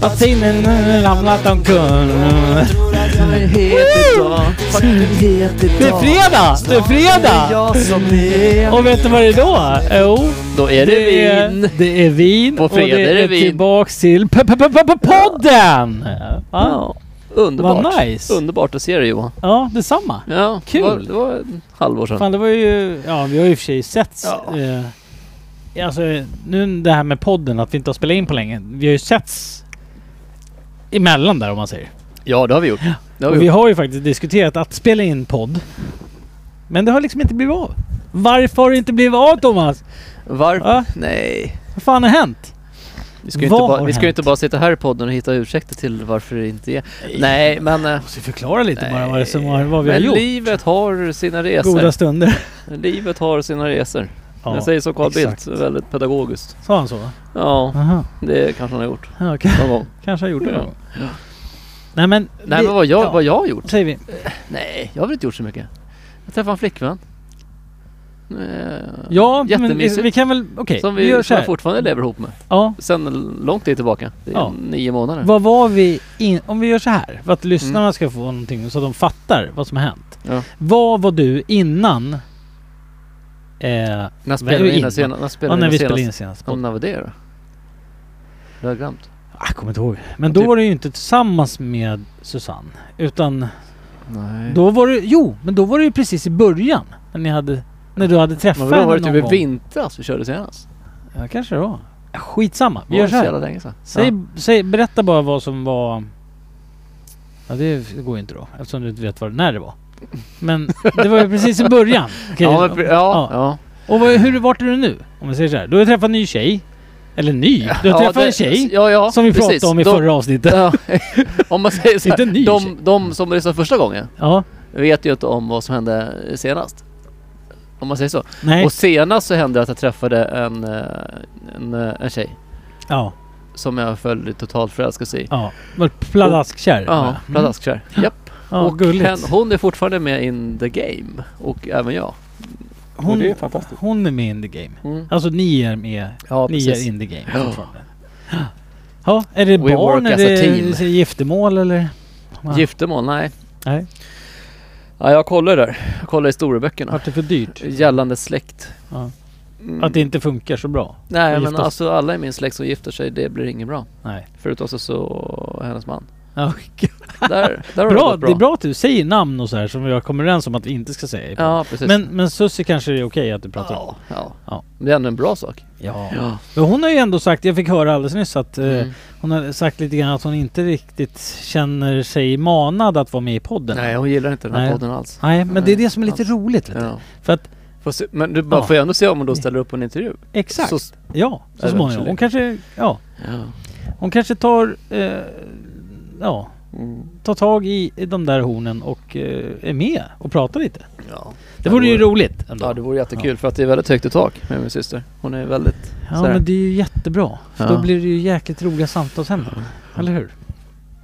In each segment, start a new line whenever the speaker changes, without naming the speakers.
Att sinnen ramlat omkull.
Jag är het idag. Fucking het idag.
Det är fredag! Det är
Det är
fredag!
jag som är.
Och vet du vad det är då? Jo,
Då är det vin.
Det är vin.
På fredag
och det
är det vin.
tillbaks till p- p- p- p- podden! Ja,
Ja. Underbart.
Vad nice.
Underbart att se dig Johan.
ja detsamma.
Ja,
Kul.
Det var, det var ett halvår sedan.
Fan, det var ju... Ja, vi har ju i och för sig sett...
Ja.
Eh, alltså, nu det här med podden, att vi inte har spelat in på länge. Vi har ju setts emellan där om man säger.
Ja, det har vi gjort. Det har
Och
vi
vi
gjort.
har ju faktiskt diskuterat att spela in podd. Men det har liksom inte blivit av. Varför har det inte blivit av Thomas?
Varför?
Ja.
Nej.
Vad fan har hänt?
Vi ska, ju
Vad
inte bara,
har
vi ska ju
hänt?
inte bara sitta här i podden och hitta ursäkter till varför det inte är... Nej, men... eh,
Jag måste förklara lite bara vad, det som har, vad vi har
men
gjort.
livet har sina resor.
Goda stunder.
Livet har sina resor.
Ja,
jag säger som Carl
exakt.
Bildt, väldigt pedagogiskt.
Sa han så?
Ja,
Aha.
det kanske han har gjort
Ja, okej.
någon gång.
Kanske jag gjorde det.
Ja.
någon gång. Nej men...
Nej
vi-
men vad jag,
ja,
vad jag har gjort?
Säger vi.
Nej, jag har väl inte gjort så mycket. Jag träffade en flickvän. Eh,
Ja, men vi,
Jättemysigt.
vi kan väl... Okej,
Som
vi
vi,
gör så
som jag
här.
fortfarande lever ihop med.
Ja.
Sen lång tid tillbaka. Det är
Ja.
nio månader.
Vad var vi in, Om vi gör så här, för att lyssnarna ska få någonting så att de fattar vad som har hänt.
Ja.
Vad var du innan... Eh,
När
Vad
spelade
är
vi in
det
den
in,
senast? När
ja,
spelade
när
vi
vi
in
spelade in
senast? Mm.
senast. Ah,
Ja, När var det då? Jag har glömt.
Jag kommer inte ihåg. Men då
Typ-
var du ju inte tillsammans med Susanne. Utan
Nej.
då var du... Jo, men då var du ju precis i början. När ni hade... När du hade träffat
Men vadå,
henne
var det typ
någon
i
gång.
vintras vi körde senast?
Ja, kanske det var. Skitsamma. Vi
Var
gör
det
så
så jävla
här.
länge sedan.
Säg,
Ja.
säg, berätta bara vad som var... Ja, det går ju inte då. Eftersom du inte vet vad, när det var. Men det var ju precis i början. Okej,
Ja, men, pre- ja, ja.
Och vad, hur, vart är du nu? Om vi säger så här. Du har träffat en ny tjej. Eller ny. Du har
ja,
träffat
det-
en tjej.
ja, ja,
Som vi
precis.
pratade om i
De-
förra avsnittet.
Ja, om man säger så
Inte en ny
här,
tjej.
de, de som lyssnade första gången
Ja.
vet ju inte om vad som hände senast. Om man säger så.
Nej.
Och senast så hände det att jag träffade en, eh, en, eh, en tjej
Ja.
som jag föll totalt förälskelse i.
Ja. Var pladaskkärr.
Ja, pladaskkär. Japp.
Mm. Ja,
och
gulligt.
hen, hon är fortfarande med in the game. Och även jag.
hon,
det är fantastiskt.
hon är med in the game. Alltså ni är med.
Ja,
ni är
precis.
in the game
Ja.
fortfarande. Ja, är det
We
barn?
work
Är
as a
det,
team.
är det giftermål eller? Ja.
Giftermål? Nej.
Nej.
Ja, jag kollar där. Jag kollar i historieböckerna.
Vart det för dyrt?
Gällande släkt.
Ja.
Mm.
Att det inte funkar så bra?
Nej
att
men
gifta sig.
alltså alla i min släkt som gifter sig, det blir inget bra.
Nej.
Förutom så, så hennes man.
Ja,
Där, där
bra,
har det gått bra.
det är bra att du säger namn och så här som vi har kommit överens om att vi inte ska säga. i podden.
Ja precis.
men, men Susie kanske det är okej att du pratar om.
ja, ja.
Ja.
Men Det är ändå en bra sak.
Ja.
Ja.
Men hon har ju ändå sagt, jag fick höra alldeles nyss att eh,
Mm.
hon har sagt lite grann att hon inte riktigt känner sig manad att vara med i podden.
Nej hon gillar inte den här
Nej.
podden alls.
Nej, men det är det som är lite
alls.
roligt. Vet du.
Ja.
För att
Får se, men du bara,
Ja.
får jag ändå se om hon då ställer upp på en intervju?
exakt,
Så-
ja, så
Eventually.
småningom. Hon kanske, ja,
Ja.
hon kanske tar, eh, ja,
Mm.
tar tag i i de där hornen och eh, är med och pratar lite.
Ja.
Det vore ju roligt ändå.
Ja det vore jättekul för att det är väldigt högt i tak med min syster. Hon är väldigt...
Ja,
så här.
men det är ju jättebra. För
Ja.
då blir det ju jäkligt roliga samtalsämnen. Eller hur?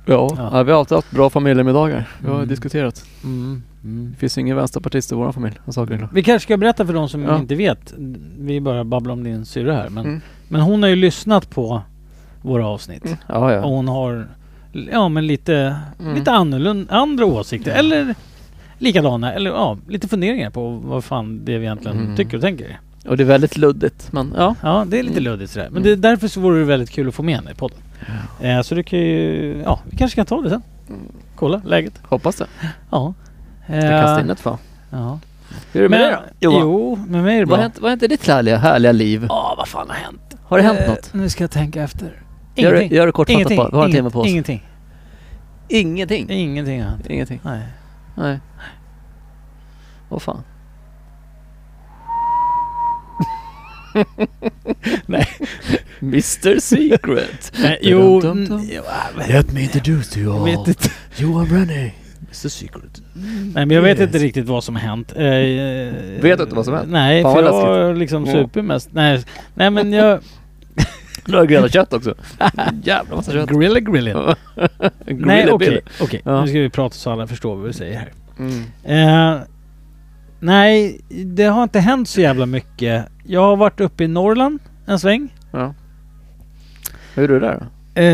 Ja,
Ja.
vi har alltid haft bra familjemiddagar. Vi har
Mm.
diskuterat.
Mm. Mm.
Det finns ju ingen vänsterpartist i vår familj. Jag sa Gunilla.
Vi kanske ska berätta för de som
Ja.
inte vet. Vi bara babblar om din syrra här. Men,
Mm.
men hon har ju lyssnat på våra avsnitt.
Ja ja.
Och hon har ja, men lite,
Mm.
lite annorlunda, andra åsikter. Eller likadana. Eller ja, lite funderingar på vad fan det är vi egentligen
Mm.
tycker och tänker.
Och det är väldigt luddigt men ja.
Ja, det är
Mm.
lite luddigt sådär. Men det, därför så vore det väldigt kul att få med henne i podden. Eh, så du kan ju... Ja, vi kanske kan ta det sen.
Mm.
Kolla läget.
Hoppas det.
Ja.
Jag kastar
Eh,
in ett fan.
Ja.
Hur är det med dig
Men,
då? Johan?
jo, med mig är det
Vad
bra.
har hänt, vad har hänt i ditt härliga, härliga liv?
Ja, vad fan har hänt?
Har det hänt något?
Eh, nu ska jag tänka efter.
Gör det-
Ingenting.
Gör det kortfattat
ingenting.
bara. Vi har en timme på Mm. oss.
Ingenting.
Ingenting?
Ingenting har hänt.
Ingenting.
Nej.
Nej. Vad fan. Nej. Mr Secret.
Nej,
jo,
jo...
mm,
Let
me introduce you
Jag vet inte.
Johan Rennie. Mr Secret.
Nej men jag vet
Yes.
inte riktigt vad som har hänt. Eh, eh,
Vet du inte vad som har hänt?
Nej,
Fan,
för jag
vad
var liksom
Ja.
super mest. Nej, nej men jag...
Du har grillat kött också. Jävla massa kött.
Grilla grilla. Nej
Grilla
okej,
Bill.
okej.
Ja.
Nu ska vi prata så alla förstår vad vi säger här.
Mm.
Eh, nej, det har inte hänt så jävla mycket. Jag har varit uppe i Norrland en sväng.
Ja. Hur är du där då?
Eh,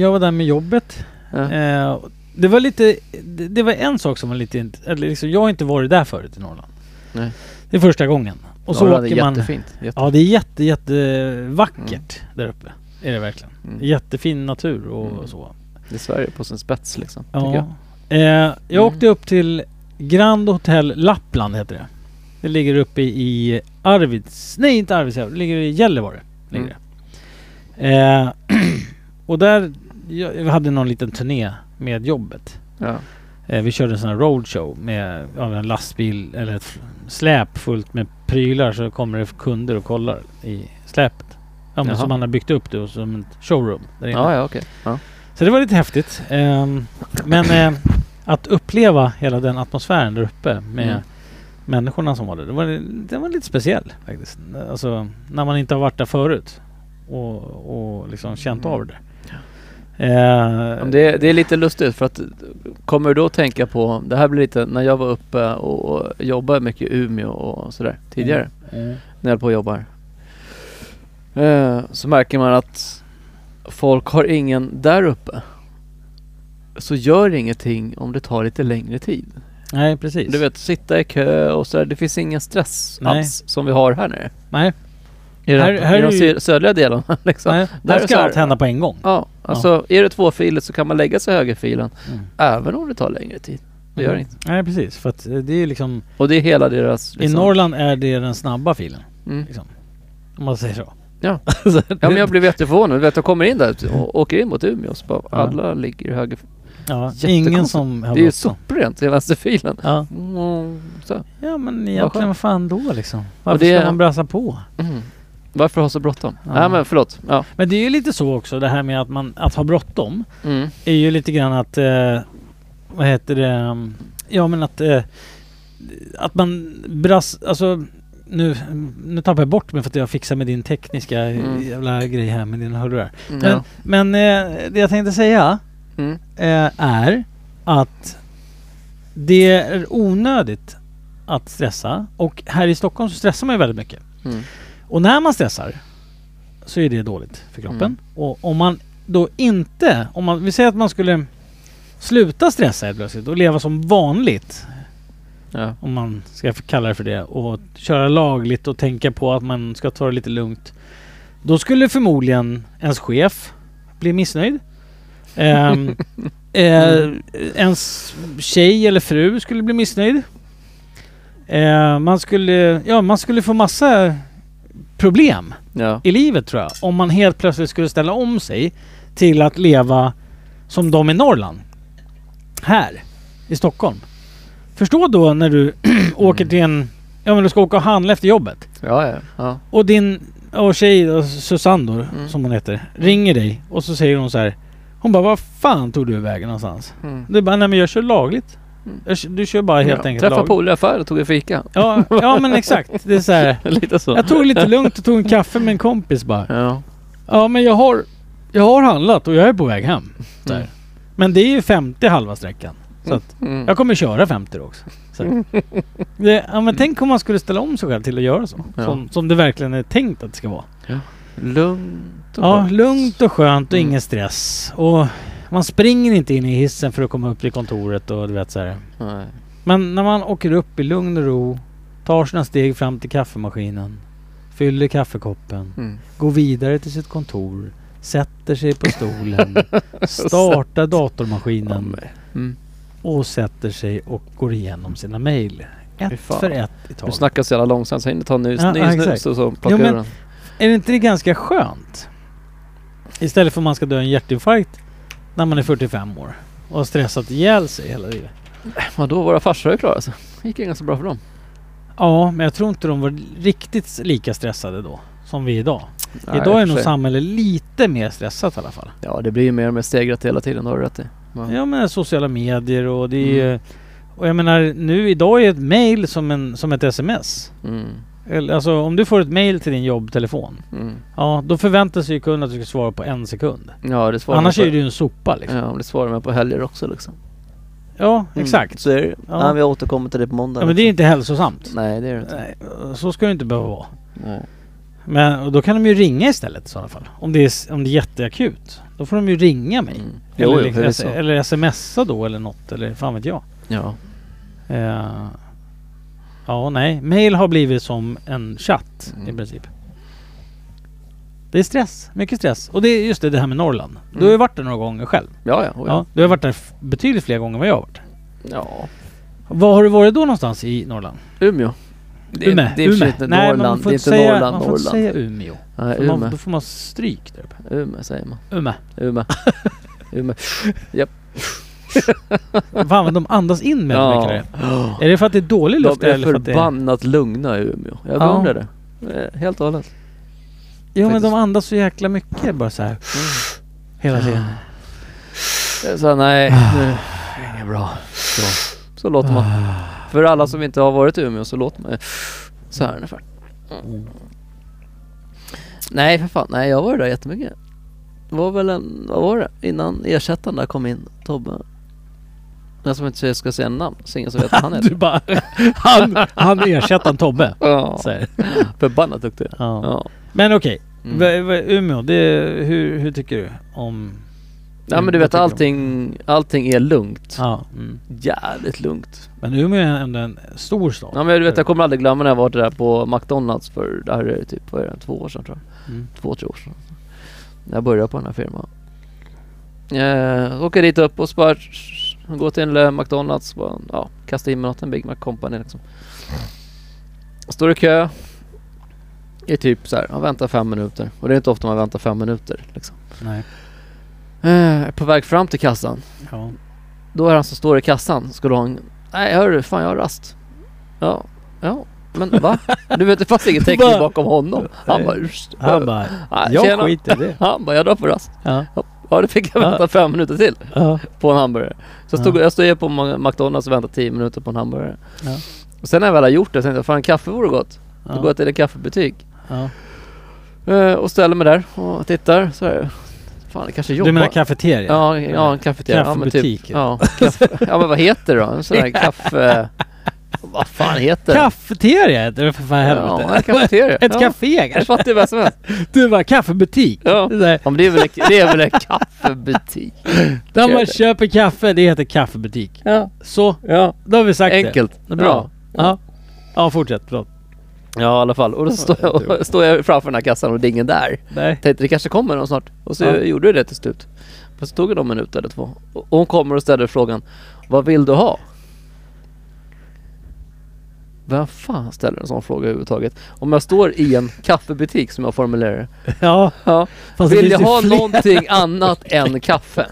jag var där med jobbet.
Ja.
Eh, det var lite, det, det var en sak som var lite, int- eller liksom, jag har inte varit där förut i Norrland.
Nej.
Det är första gången. Och så
Norrland är
åker man...
Jättefint. Jätte...
Ja, det är jätte, jätte vackert där uppe. Är det verkligen.
Mm.
Jättefin natur och
Mm.
så.
Det är Sverige på sin spets liksom.
Ja.
tycker
Jag,
Jag.
eh, jag
Mm.
åkte upp till Grand Hotel Lappland heter det. Det ligger uppe i Arvids... Nej inte Arvidsjaur, det ligger i Gällivare. Ligger
Mm.
det. Eh, och där... Jag, jag hade någon liten turné med jobbet.
Ja.
Eh, vi körde en sån här roadshow med av en lastbil eller ett f- släp fullt med prylar så kommer det kunder och kollar i släpet. Ja, men
Jaha.
som man har byggt upp det och som ett showroom. Där inne.
Ja, ja, okej. Ja.
Så det var lite häftigt. Ehm, men eh, att uppleva hela den atmosfären där uppe med
Mm.
människorna som var där. Det var, det var lite speciell faktiskt. Alltså när man inte har varit där förut. Och, och liksom känt
Mm.
av det. Eh,
Ja, men Det, det är lite lustigt för att kommer du då tänka på, det här blir lite, när jag var uppe och jobbade mycket i Umeå och sådär tidigare.
Mm.
när jag höll på och jobbar. Eh, Så märker man att folk har ingen där uppe. Så gör ingenting om det tar lite längre tid.
Nej precis.
Du vet, sitta i kö och sådär. Det finns ingen stress
Nej.
alls som vi har här nere.
Nej.
I, den,
Här- här
i
är
de
ju-
sö- södra delarna liksom.
Nej,
Där
där
är så
ska
här-
allt hända på en gång.
Ja, alltså är det tvåfiligt så kan man lägga sig i högerfilen
Mm.
även om det tar längre tid. Det gör inget.
Nej precis. För att eh, det är liksom,
Och det är hela deras...
Mm. I
liksom-
Norrland är det den snabba filen.
Mm.
Liksom. Om man säger så.
Ja.
Så
Ja men
det-
jag blev jätteförvånad. Du vet, jag kommer in där och åker in mot Umeå så bara,
Ja.
alla ligger i höger...
ja, ingen
Jättekonstigt.
som har
Det är ju
bråttom.
soprent i vänsterfilen.
Ja.
Mm, så.
ja men egentligen vad fan då liksom? Varför
det-
ska man brassa på?
Mm. Varför ha så bråttom?
Ja.
Nej men förlåt. Ja.
Men det är ju lite så också det här med att man, att ha bråttom.
Mm.
Är ju lite grann att, eh, vad heter det, mm, ja men att, eh, att man brass, alltså nu, nu tappar jag bort mig för att jag fixar med din tekniska
Mm.
jävla grej här med dina hörlurar.
Mm.
Men,
Ja.
men eh, det jag tänkte säga
Mm.
eh, är att det är onödigt att stressa och här i Stockholm så stressar man ju väldigt mycket.
Mm.
Och när man stressar så är det dåligt för kroppen.
Mm.
Och om man då inte, om man, vi säger att man skulle sluta stressa helt plötsligt och leva som vanligt,
Ja.
om man ska kalla det för det, och köra lagligt och tänka på att man ska ta det lite lugnt. Då skulle förmodligen ens chef bli missnöjd. Ehm, eh, ens tjej eller fru skulle bli missnöjd. Eh, man, skulle, ja, man skulle få massa problem
Ja.
i livet tror jag. Om man helt plötsligt skulle ställa om sig till att leva som de i Norrland. Här i Stockholm. Förstå då när du åker till en... Ja men du ska åka och handla efter jobbet.
Ja, ja. ja.
Och din och tjej, då, Susanne då,
Mm.
som hon heter, ringer dig och så säger hon så här. Hon bara, vad fan tog du vägen någonstans?
Mm.
Du bara, nej men jag kör lagligt.
Mm.
Jag, kö- du kör bara helt
ja.
enkelt
Träffade
lagligt.
polare i affären och tog en fika.
Ja, ja men exakt. Det är så här.
Lite så.
Jag tog det lite lugnt och tog en kaffe med en kompis bara.
Ja.
Ja men jag har, jag har handlat och jag är på väg hem. Där.
Mm.
Men det är ju 50 halva sträckan. Så att
Mm.
jag kommer köra 50 då också. Så här. det, ja, men tänk om man skulle ställa om sig själv till att göra så.
Ja.
Som, som det verkligen är tänkt att det ska vara.
Lugnt och
Ja,
skönt.
lugnt och skönt och
Mm.
ingen stress. Och man springer inte in i hissen för att komma upp till kontoret och du vet så här.
Nej.
Men när man åker upp i lugn och ro, tar sina steg fram till kaffemaskinen, fyller kaffekoppen
Mm.
går vidare till sitt kontor, sätter sig på stolen, startar
Ja,
datormaskinen
men- Mm.
och sätter sig och går igenom sina mejl.
Fy
Ett
fan.
för ett i
Du
taget.
snackar så jävla långsamt så jag hinner ta en ny
Ja,
ny
ja,
snus
exakt.
och så
Jo,
plocka
men-
ur den.
Är det inte det ganska skönt? Istället för att man ska dö en hjärtinfarkt när man är 45 år och har stressat ihjäl sig hela livet.
Vadå, våra farsor är klara alltså. Det gick ju ganska bra för dem.
Ja, men jag tror inte de var riktigt lika stressade då som vi är idag.
Nej,
idag
i
är
och för
nog
sig.
samhället lite mer stressat i alla fall.
Ja, det blir ju mer och mer stegrat hela tiden. Det har du rätt i. Men-
Ja men sociala medier och det är
Mm.
ju- Och jag menar nu idag är ett mail som, en, som ett sms.
Mm.
Eller, Alltså om du får ett mail till din jobbtelefon.
Mm.
Ja då förväntas ju kunden att du ska svara på en sekund.
Ja, det svarar
Annars
man
är
på-
du ju en sopa liksom. Ja,
Ja, men det svarar man på helger också liksom. Mm,
exakt.
Så är det
Ja.
Nej, vi återkommer till det på måndag.
Ja men det är
liksom.
inte Äh, hälsosamt.
Nej, det är det inte.
Nej, så ska det inte behöva vara.
Nej.
Men och då kan de ju ringa istället i sådana fall. Om det är, s- om det är jätteakut. Då får de ju ringa mig.
Mm.
Eller,
Jo, jo,
liksom-
förvisso.
eller smsa då eller något. Eller fan vet jag.
Ja.
Eh, ja, nej. Mail har blivit som en chatt i
Mm.
princip. Det är stress. Mycket stress. Och det är just det, det här med Norrland. Du har
Mm.
ju varit där några gånger själv.
Ja, oh ja. oj.
Ja, du har varit där f- betydligt fler gånger än vad jag har varit.
ja.
Var har du varit då någonstans i Norrland?
Umeå. Det är,
Umeå?
det är i och för sig
Umeå.
inte
Nej, man
Norrland.
får
Det är
inte
inte
säga,
Norrland,
Man får inte
Norrland.
säga Umeå.
Nej,
För Man,
Umeå.
då får man stryk där uppe.
Umeå säger man.
Umeå.
Umeå. Umeå.
Fan vad de andas in med ja. mycket
Ja.
där. Är det för att det är dålig luft
De
där
är
eller för att det är...
förbannat lugna i Umeå. Jag
Ja.
beundrar det. Eh, Helt och hållet.
Jo men de
faktiskt.
andas så jäkla mycket bara så här
Mm.
hela tiden.
Jag sa nej, nu Ah. inget bra. Så, Ah. så låter man. För alla som inte har varit i Umeå så låter man så här ungefär. Mm. Nej för fan, nej jag var där jättemycket. Det var väl en, vad var det? Innan ersättaren där kom in, Tobbe. Jag som inte ska säga namn, så ingen som vet vad han
Du
heter.
bara... Han, han ersätter en Tobbe.
Ja,
Så här.
förbannat duktig.
Ja.
Ja.
Men okej.
Mm.
V- v- Umeå, det, hur, hur tycker du om...
Ja men du
Vad
vet
tycker du om-
allting, allting är lugnt.
Ja. Mm.
Jävligt lugnt.
Men Umeå är ändå en stor stad.
Ja men du vet jag kommer aldrig glömma när jag var där på McDonalds för, det här är typ, vad är det, två år sedan tror jag.
Mm.
Två, tre år sedan. När jag började på den här firman. Eh, åker dit upp och så bara, går till en McDonalds och bara, ja, kastar in mig något, en Big Mac Company liksom. Står i kö. I typ så här, jag väntar fem minuter. Och det är inte ofta man väntar fem minuter liksom.
Nej.
Eh, är på väg fram till kassan.
Ja.
Då är han som står i kassan, skulle ha en... Nej hörru, fan jag har rast. Ja, ja. Men va? Du vet det fanns ingen
Va?
täckning bakom honom. Han
Nej.
bara ursäkta.
Han bara,
Nej,
jag
tjena.
skiter i det.
Han bara jag drar på rast.
Ja.
Ja det fick jag vänta
Ja.
fem minuter till
Ja.
på en hamburgare. Så jag stod,
Ja.
jag stod ju på Ma- McDonalds och väntade 10 minuter på en hamburgare.
Ja.
Och sen när jag väl har gjort det tänkte jag fan kaffe vore gott. Då går
Ja.
jag till en kaffebutik.
Ja.
Eh, och ställer mig där och tittar så här. Fan det kanske jobbar.
Du menar kafeteria?
Ja, ja en kafeteria.
Kaffebutik.
Ja, men typ, ja, kaffe, ja men vad heter det då? En sån här kaffe... Vad fan heter det?
Kafeteria heter det för fan
Ja, en
helvete.
kafeteria.
Ett
ja.
café
Jag
kanske?
fattar ju vad som helst.
Du bara kaffebutik?
Ja.
Det där.
Ja, men det är väl, det är väl en kaffebutik?
Där man köper kaffe, det heter kaffebutik.
Ja.
Så,
ja.
då har vi sagt
Enkelt.
det. Bra. Ja. Ja, fortsätt. Förlåt.
Ja, i alla fall. Och då står jag, står jag framför den här kassan och det är ingen där.
Nej.
Tänkte det kanske kommer någon snart. Och så
Ja.
gjorde det till slut. Men så tog det någon minut eller två. Och hon kommer och ställer frågan. Vad vill du ha? Vem fan ställer en sån fråga överhuvudtaget? Om jag står i en kaffebutik som jag formulerar det.
Ja,
ja.
fast det
Vill jag
finns, ju
ha
fler,
någonting annat än kaffe?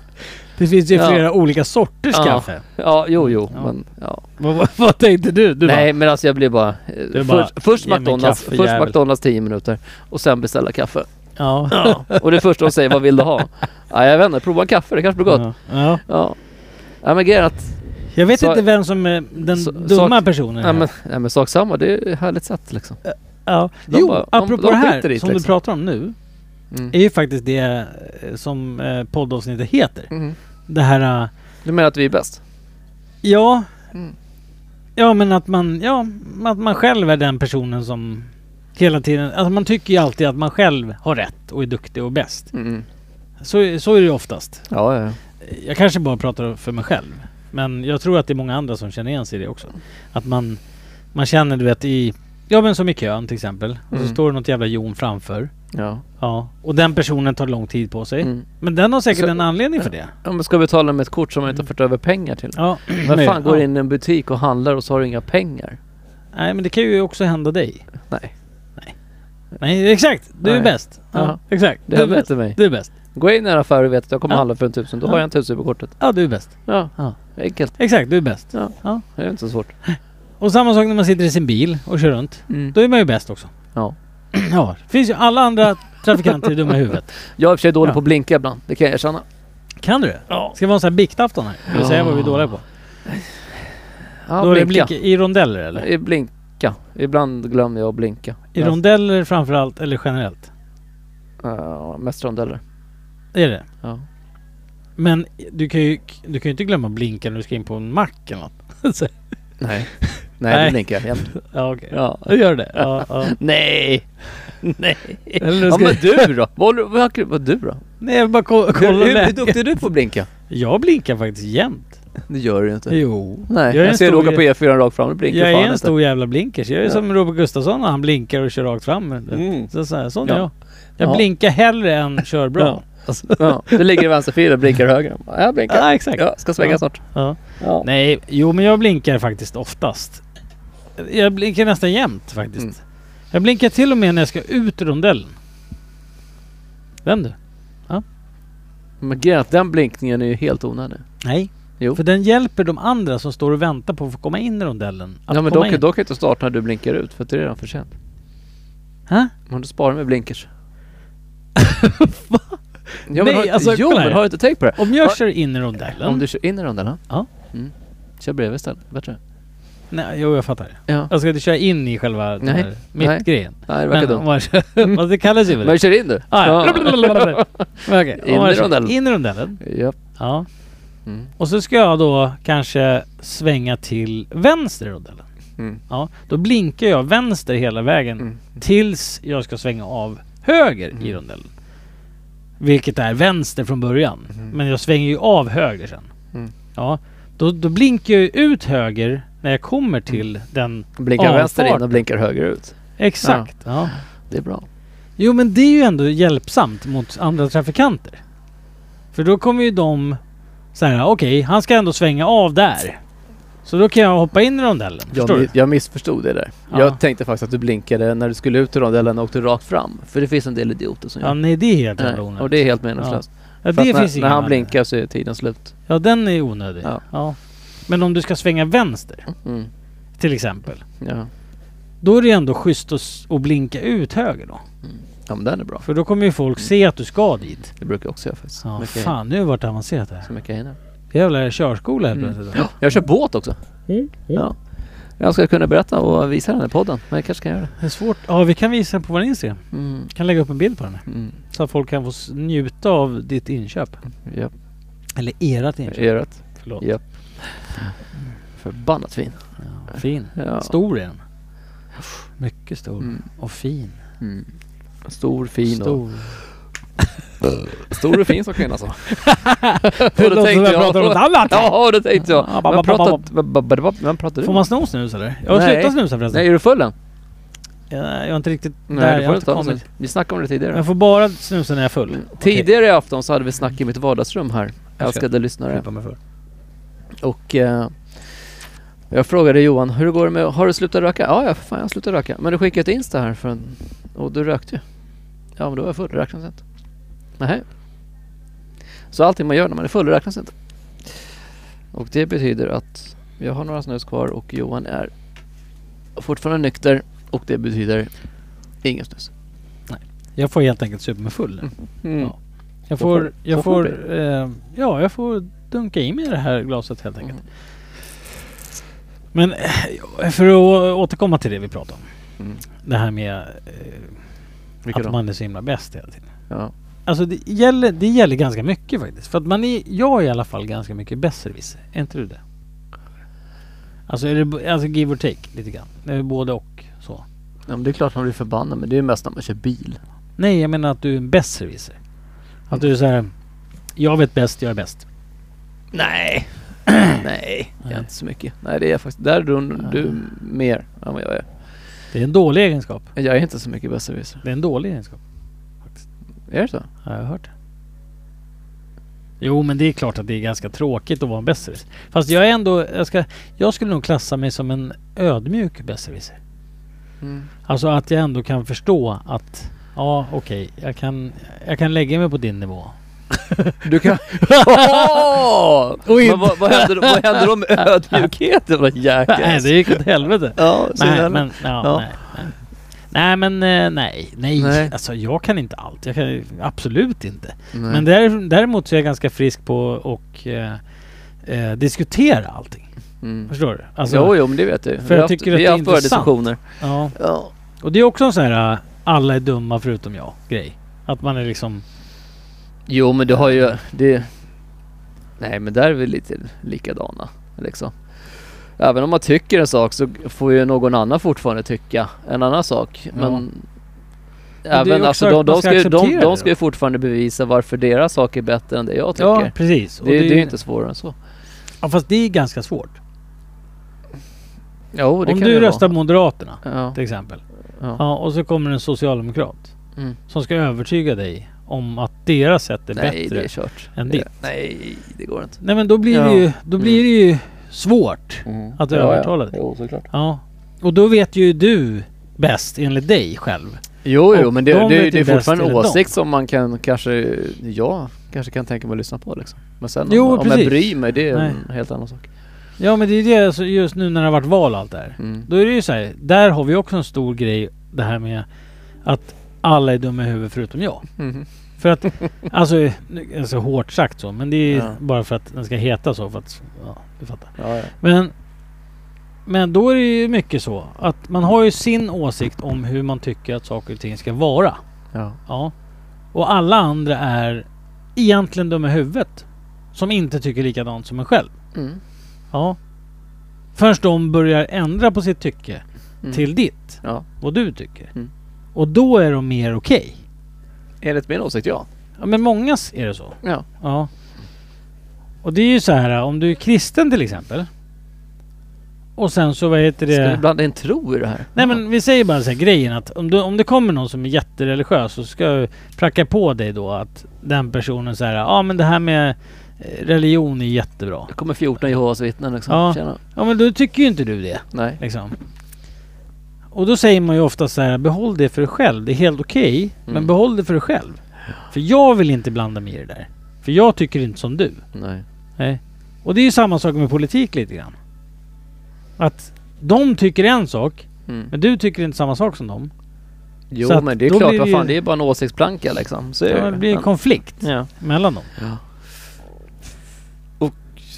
det finns ju
Ja.
flera olika sorters
Ja.
kaffe.
Ja, jo, jo.
Ja.
Men, ja.
Vad, vad, vad tänkte du? du
Nej, men alltså jag blir bara... eh,
Du
först,
bara,
först,
ge mig
McDonalds,
kaffe,
först
jävel.
McDonalds 10 minuter och sen beställa kaffe.
Bara, ja.
Ja. Och det första hon säger, vad vill du ha? Ja, jag vet inte, prova en kaffe, det kanske blir gott.
Ja. ja.
Ja. Ja men grejen är att,
Jag vet
Så-
inte vem som är den
så-
dumma
sak-
personen.
nej
här.
men, nej, men sak samma, det är ett härligt sätt liksom.
Ja.
De
jo,
bara- de-
apropå
de
det här som
skiter i det,
du
liksom.
pratar om nu.
Mm.
är ju faktiskt det eh, som eh, poddavsnittet heter.
Mm.
Det här... eh,
Du menar att vi är bäst?
Ja.
Mm.
Ja men att man, ja, att man själv är den personen som hela tiden... Alltså man tycker ju alltid att man själv har rätt och är duktig och bäst.
Mm.
Så, så är det ju oftast.
Ja, ja, ja.
Jag kanske bara pratar för mig själv. Men jag tror att det är många andra som känner igen sig i det också. Att man, man känner du vet i... Ja men som i kön till exempel. Och så
Mm.
står det något jävla jon framför.
Ja.
Ja. Och den personen tar lång tid på sig.
Mm.
Men den har säkert
Så-
en anledning för det.
Om man ska betala med ett kort som man inte har fört över pengar till.
Ja.
Vem fan
möjligt.
går
Mm. Ja.
in i en butik och handlar och så har du inga pengar?
Nej men det kan ju också hända dig.
Nej.
Nej exakt, du är
Nej.
bäst. Ja,
Ja.
Exakt, du
Det
är
händer
bäst.
inte mig.
Du är bäst.
Gå in i en affär och vet att jag kommer
Ja.
handla för en tusen, då
Ja.
har jag en tusen på kortet.
Ja du är bäst.
Ja,
Ja.
enkelt.
Exakt, du är bäst.
Ja.
Ja.
Det är inte så svårt.
Och samma sak när man sitter i sin bil och kör runt. Då är man ju bäst också.
Ja.
Ja, det finns ju alla andra trafikanter är dumma i huvudet.
Jag är i och för sig dålig
Ja.
på att blinka ibland, det kan jag erkänna.
Kan du det?
Ja.
Ska vi ha en sån här biktafton här? Ska vi säga vad vi är dåliga på?
Ja,
Då är det
blinka.
blink i rondeller eller?
I blinka. Ibland glömmer jag att blinka.
I rondeller framförallt eller generellt?
Ja, mest rondeller.
Är det?
Ja.
Men du kan ju, du kan ju inte glömma att blinka när du ska in på en mack eller något. Så-
Nej.
Nej.
Nej, nu blinkar jag igen.
Ja, okej.
Ja.
Ja, gör det. Ja, ja.
Nej! Nej!
Eller
Ja
ska-
men du då? Vad, håller- vad, vad du då?
Nej, jag vill bara ko- kolla
Hur, hur, hur
läget.
duktig är du på att blinka?
Jag blinkar faktiskt jämt.
Det gör du ju inte.
Jo.
Nej,
Jag är
jag,
en
ser dig
stor-
åka på E4 rakt fram, det blinkar
jag
fan
är en
inte.
stor jävla blinkers. Jag är
Ja.
som Robert Gustafsson när han blinkar och kör rakt fram.
Mm.
Så, så här, sån
Ja.
är jag. Jag
Ja.
blinkar hellre än kör bra.
Ja. Ja, du ligger i vänsterfil och blinkar höger. Ja, Jag blinkar.
Alltså. Ja, exakt.
Ja, ska svänga
Ja.
snart.
Ja.
Ja.
Nej, jo men jag blinkar faktiskt oftast. Jag blinkar nästan jämt faktiskt.
Mm.
Jag blinkar till och med när jag ska ut ur rondellen. Den du?
Men grejen är att den blinkningen är ju helt onödig.
Nej.
Jo.
För den hjälper de andra som står och väntar på att få komma in i rondellen. Att
Ja men då,
komma
kan-
in.
då kan ju inte starta när du blinkar ut för det är redan för sent.
Hä?
Men du sparar med blinkers. Va?
Nej,
men har,
alltså,
jo
kolla
men
här.
har du inte tänkt på det?
Om jag
Ja.
kör in i rondellen.
Om du kör in i rondellen?
Ja.
Mm. Kör bredvid istället, bättre.
Nej, jo jag fattar.
Ja.
Jag ska inte köra in i själva den
Nej.
här
Nej.
mittgrejen.
Nej det verkar
Men
dumt.
om man kör... Fast det kallas ju för
Men
det.
kör in du!
Ah, ja.
ja.
Men okej, om
In
man
i
kör
rondellen.
In i rondellen.
Japp.
Ja.
Mm.
Och så ska jag då kanske svänga till vänster i rondellen.
Mm.
Ja, då blinkar jag vänster hela vägen
Mm.
tills jag ska svänga av höger i
Mm.
rondellen. Vilket är vänster från början.
Mm.
Men jag svänger ju av höger sen.
Mm.
Ja, då, då blinkar jag ju ut höger när jag kommer till
Mm.
den.
Blinkar
Avfart.
vänster in och blinkar höger ut.
Exakt. Ja.
Det är bra.
Jo men det är ju ändå hjälpsamt mot andra trafikanter. För då kommer ju de så här, okej han ska ändå svänga av där. Så då kan jag hoppa in i rondellen. förstår
Jag,
du?
mi- jag missförstod det där.
Ja.
Jag tänkte faktiskt att du blinkade när du skulle ut ur rondellen och åkte rakt fram. För det finns en del idioter som
Ja
gör
nej det är helt
Nej,
jävla
Och
onödigt.
det är helt meningslöst.
ja,
För
det finns
att när,
ingen
när han
anledning.
blinkar så är tiden slut.
Ja den är onödig.
Ja.
Ja. Men om du ska svänga vänster
Mm.
till exempel.
Ja.
Då är det ändå schysst att, s- att blinka ut höger då.
ja, men den är bra.
För då kommer ju folk se att du ska dit.
Det brukar jag också göra faktiskt.
Ja,
Mycket-
fan nu vart det avancerat det här.
Så mycket jag hinner.
Jävla körskola helt
Mm.
plötsligt.
Ja, Jag kör båt också.
Mm.
Ja. Jag ska kunna berätta och visa den här podden. Men jag kanske kan göra det.
Det är svårt. Ja vi kan visa den på vår Instagram.
Mm.
kan lägga upp en bild på den. här.
Mm.
Så att folk kan få s- njuta av ditt inköp.
Japp.
Eller erat inköp.
Är rätt.
Förlåt.
Japp. Förbannat fin.
Ja, fin.
Ja.
Stor är den. Mycket stor.
Mm.
Och fin.
Mm. Stor, fin och...
Stor.
Stor och fin som kvinna så.
Det låter som jag pratar om något annat.
Ja, det tänkte jag.
Ja, ba-
Vem
ba- ba-
pratar, vem- vem- vem- vem pratar du
Får
med?
man sno snus eller? Jag har
Nej.
slutat snusa förresten.
Nej, är du full än?
Jag, jag har inte riktigt...
Nej,
där, jag
du får
har
inte
inte
ta en Mm.
kommit.
snutt. Vi snackade om det tidigare.
Jag får bara snusa när jag är full.
Tidigare i afton så hade vi snack i mitt vardagsrum här.
ska-
Älskade lyssnare.
Slippa mig för.
Och eh, jag frågade Johan, hur går det med, har du slutat röka? Ja, ja för fan jag har slutat röka. Men du skickade ett Insta här för en, och du rökte ju. Ja, men då var jag full, det räknas inte. Nej. Så allting man gör när man är full det räknas inte. Och det betyder att jag har några snus kvar och Johan är fortfarande nykter och det betyder ingen snus.
Jag får helt enkelt supa mig full nu. Ja. Jag
Så Mm. får-
får... Jag
så får det
får... Eh, ja, jag får dunka i mig det här glaset helt enkelt.
Mm.
Men eh, för att återkomma till det vi pratade om.
Mm.
Det här med eh,
Vilket
att
då?
man är så himla bäst hela tiden.
Ja.
Alltså det gäller, det gäller ganska mycket faktiskt. För att man är, jag är i alla fall ganska mycket besserwisser. Är inte du det? Alltså, är det, b- alltså give or take lite grann. Det är både och så.
ja, men det är klart man blir förbannad men det är ju mest när man kör bil.
Nej, jag menar att du är en besserwisser. Att du är så här. Jag vet bäst, jag är bäst.
Nej. Nej, jag är inte så mycket. Nej, det är jag faktiskt. Där är du, du mer än vad jag är.
Det är en dålig egenskap.
Jag är inte så mycket besserwisser.
Det är en dålig egenskap.
Är det så?
Ja, jag har hört det. Jo, men det är klart att det är ganska tråkigt att vara en besserwisser. Fast jag är ändå... Jag, ska, jag skulle nog klassa mig som en ödmjuk besserwisser. Alltså att jag ändå kan förstå att... Ja, okej. jag, kan, jag kan lägga mig på din nivå.
Du kan... Åh! Men vad, vad, händer, vad händer då med ödmjukheten? Vad
Nej,
jäklas.
det gick åt helvete.
Ja, så
Nej,
jävla-
men... Ja,
Ja.
Nej, nej. nej, men eh, nej. Nej.
Nej.
Alltså jag kan inte allt. Jag kan ju absolut inte.
Nej.
Men där, däremot så är jag ganska frisk på och eh, eh, diskutera allting.
Mm.
Förstår du? Alltså,
jo, jo, men det vet du.
för jag tycker att
vi
det är
har haft våra
intressant.
diskussioner.
Ja.
Ja.
Och det är också en sån här eh, alla är dumma förutom jag grej. Att man är liksom...
Jo, men du har ju... Det... Nej, men där är vi lite likadana. Liksom. Även om man tycker en sak så får ju någon annan fortfarande tycka en annan sak. Men
är ju
även
också
alltså
att
de,
man
de,
ska
ska ju, de,
acceptera
de
det
ska ju fortfarande bevisa varför deras sak är bättre än det jag tycker.
Ja, precis. Och
det, det är ju
ju-
inte svårare än så.
Ja, fast det är ganska svårt.
Jo, det
Om
kan
du
det
röstar Moderaterna
vara. Ja.
till exempel.
Ja.
Ja, och så kommer en socialdemokrat
Mm.
som ska övertyga dig om att deras sätt är
Nej,
bättre.
det är kört.
än
Det-
ditt.
Nej, det går inte.
Nej men då blir,
Ja. Mm.
det, ju, då blir det ju svårt att
Ja, ja.
övertala dig.
Mm. Jo, såklart.
Ja. Och då vet ju du bäst enligt dig själv.
Jo, jo,
Och
men det,
de
det, det,
vet ju
är
bäst
fortfarande en
enligt dem.
åsikt som man kan kanske... Jag kanske kan tänka mig att lyssna på liksom. Men sen
Jo,
om, om jag
precis.
bryr mig, det är
Nej.
en helt annan sak.
Ja men det är ju det alltså, just nu när det har varit val och allt det här.
Mm.
Då är det ju så här, där har vi också en stor grej det här med att alla är dumma i huvudet förutom jag.
Mhm.
För att, alltså, nu- alltså hårt sagt så, men det är ju
Ja.
bara för att den ska heta så för att, ja du fattar.
Ja, ja.
Men, men då är det ju mycket så att man har ju sin åsikt om hur man tycker att saker och ting ska vara.
ja.
Ja. Och alla andra är egentligen dumma i huvudet. Som inte tycker likadant som en själv.
Mm.
Ja. Först de börjar ändra på sitt tycke
Mm.
till ditt.
Ja.
Vad du tycker.
Mm.
Och då är de mer okej.
Enligt min åsikt, ja.
Ja, men mångas är det så.
Ja.
Ja. Och det är ju så här om du är kristen till exempel. Och sen så vad heter det?
Ska vi blanda in tro i det här?
Nej men vi säger bara så här, grejen att om, du, om det kommer någon som är jättereligiös så ska jag pracka på dig då att den personen säger ja ah, men det här med eh, religion är jättebra.
Det kommer 14 Jehovas vittnen liksom.
Ja.
Tjena.
Ja men då tycker ju inte du det
Nej.
liksom. Och då säger man ju ofta så här behåll det för dig själv. Det är helt okej men
Mm.
behåll det för dig själv. För jag vill inte blanda mig i det där. För jag tycker inte som du.
Nej.
Och det är ju samma sak med politik lite grann. Att de tycker en sak
Mm.
men du tycker inte samma sak som dem.
Jo,
Så att
men det är
då
klart.
blir
Vad
det
fan,
ju-
det är bara en åsiktsplanka liksom. Så är
Ja, det blir en
Men-
konflikt
ja.
mellan dem.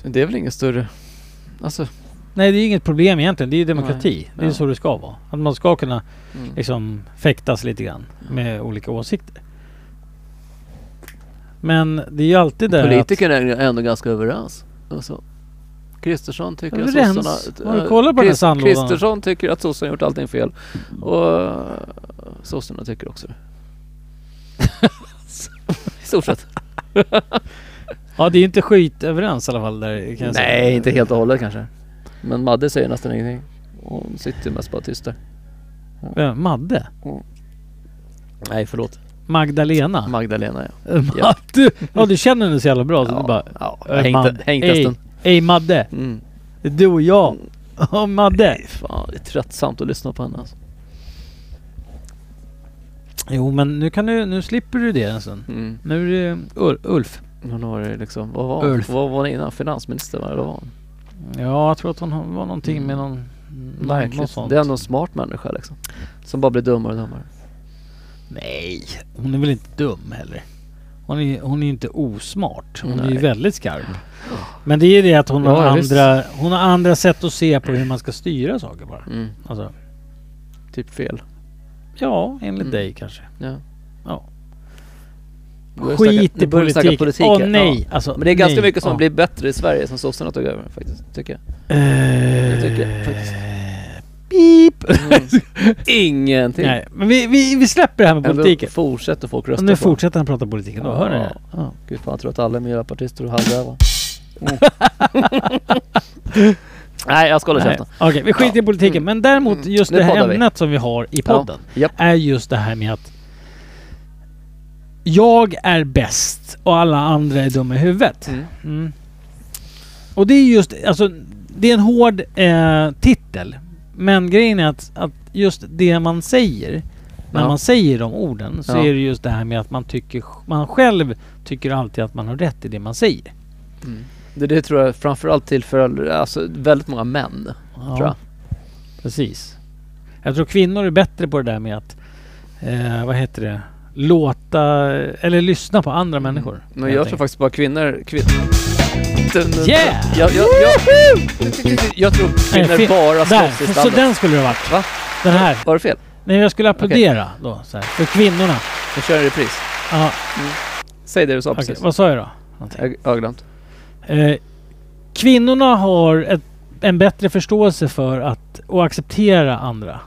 Det är väl inget större... Alltså...
Nej det är ju inget problem egentligen. Det är ju demokrati. Det är
Ja.
så det ska vara. Att man ska kunna
Mm.
liksom fäktas lite grann med olika åsikter. Men det är ju alltid där
Politikerna är ju ändå ganska överens. Alltså, Kristersson tycker att
Överens?
sossarna... eh,
Har du kollat på den här
Krist-
sandlådan?
Kristersson tycker att sossarna gjort allting fel. Och eh, sossarna tycker också det. I stort sett.
att... Ja det är ju inte skitöverens i alla fall där kan jag säga.
Nej, inte helt och hållet kanske. Men Madde säger nästan ingenting. Hon sitter mest bara tyst där.
Vem? Madde?
Nej, förlåt.
Magdalena?
Magdalena ja.
Ma- du, ja du känner henne så jävla bra så du bara...
ja.
eh,
Jag hängde,
Madde.
hängde en
Ey,
stund.
Ey Madde!
Mm.
Det är du och jag. Och Madde.
Fan, det är tröttsamt att lyssna på henne alltså.
Jo men nu kan du, nu slipper du det en stund.
Mm.
Nu är det Ul- Ulf.
Hon har ju liksom, vad var
Ulf.
Vad var hon innan? Finansminister va? Eller vad var hon?
Ja jag tror att hon var någonting med någon... något
Verkligen.
sånt.
Det är ändå en smart människa liksom. Som bara blir dummare och dummare.
Nej, hon är väl inte dum heller. Hon är, hon är inte osmart. Hon är ju
Nej.
väldigt skarp. Men det är det att hon,
Ja,
har
visst.
andra, hon har andra sätt att se på hur man ska styra saker bara.
Mm.
Alltså,
Typ fel.
ja, enligt
Mm.
dig kanske.
Ja.
Ja.
Nu börjar vi
Skit
snacka-
i
nu börjar vi snacka
politik.
politik
Åh
här.
nej!
Ja.
Alltså,
Men det är ganska
nej.
mycket som
Ja.
blir bättre i Sverige sen sossarna tog över faktiskt. Tycker jag.
Eh,
tycker faktiskt.
Beep!
Mm. Ingenting.
Nej, men vi, vi, vi släpper det här med
Ändå
politiken.
fortsätter folk Typ. rösta
Och nu
på honom.
fortsätter han prata politiken då, hör ni det?
Ja. Gud fan, jag tror att alla är miljöpartister och halvdöva. Mm. Nej, jag ska hålla
Nej,
käften. Mm.
Okej, vi skiter i politiken. Men däremot just
Nu
det här
poddar vi.
ämnet som vi har i
Ja.
podden.
Japp.
är just det här med att jag är bäst och alla andra är dumma i huvudet.
Mm.
Mm. Och det är just, alltså det är en hård eh, titel. Men grejen är att, att just det man säger, när
Ja.
man säger de orden, så
Ja.
är det just det här med att man tycker, man själv tycker alltid att man har rätt i det man säger.
Mm. Det, det tror jag framförallt tillför alltså, väldigt många män.
Ja,
Tror jag.
Precis. Jag tror kvinnor är bättre på det där med att, eh, vad heter det, låta eller lyssna på andra människor.
Men jag tror faktiskt bara kvinnor... Kvin...
Yeah!
Jag, jag, jag, jag tror
Nej,
kvinnor
fel.
bara
Där,
slåss i
så
stallet.
den skulle det ha varit.
Va?
Den här.
Var det fel?
Nej, jag skulle applådera då. Så här, för kvinnorna.
Vi kör en repris.
Ja,
Säg det du sa
okej.
precis.
Vad sa jag då?
Jag jag har glömt.
Eh, kvinnorna har ett en bättre förståelse för att och acceptera andra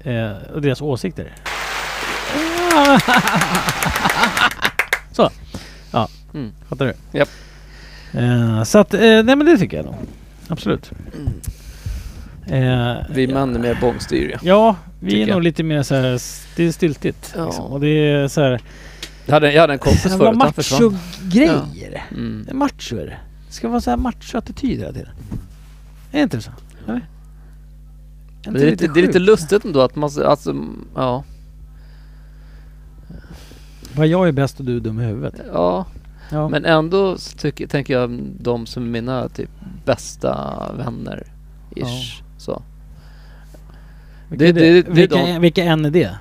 eh, och deras åsikter. Så. Ja,
Mm.
fattar du?
Japp.
Eh, så att, eh, nej men det tycker jag nog. Absolut.
Mm.
Eh,
Vi män är mer bångstyriga.
Ja, vi
Tycker
är nog
jag.
lite mer så här, s- det är stiltigt.
Ja.
Liksom. Och det är så här,
Jag hade, jag hade en kompis
det var
förut, han försvann.
machogrejer.
Mm.
Det är macho är det. Det ska vara så här machoattityd hela tiden. Är det inte så? Eller?
Men Det är, lite, det är lite
sjukt?
lustigt ändå att man, alltså, mm, ja,
Vad jag är bäst och du är dum i huvudet.
ja.
Ja.
Men ändå så tycker, tänker jag om de som är mina typ bästa vänner. Ish. Så.
vilka,
det-
är det,
det- det är
vilka,
de-
vilka än är det?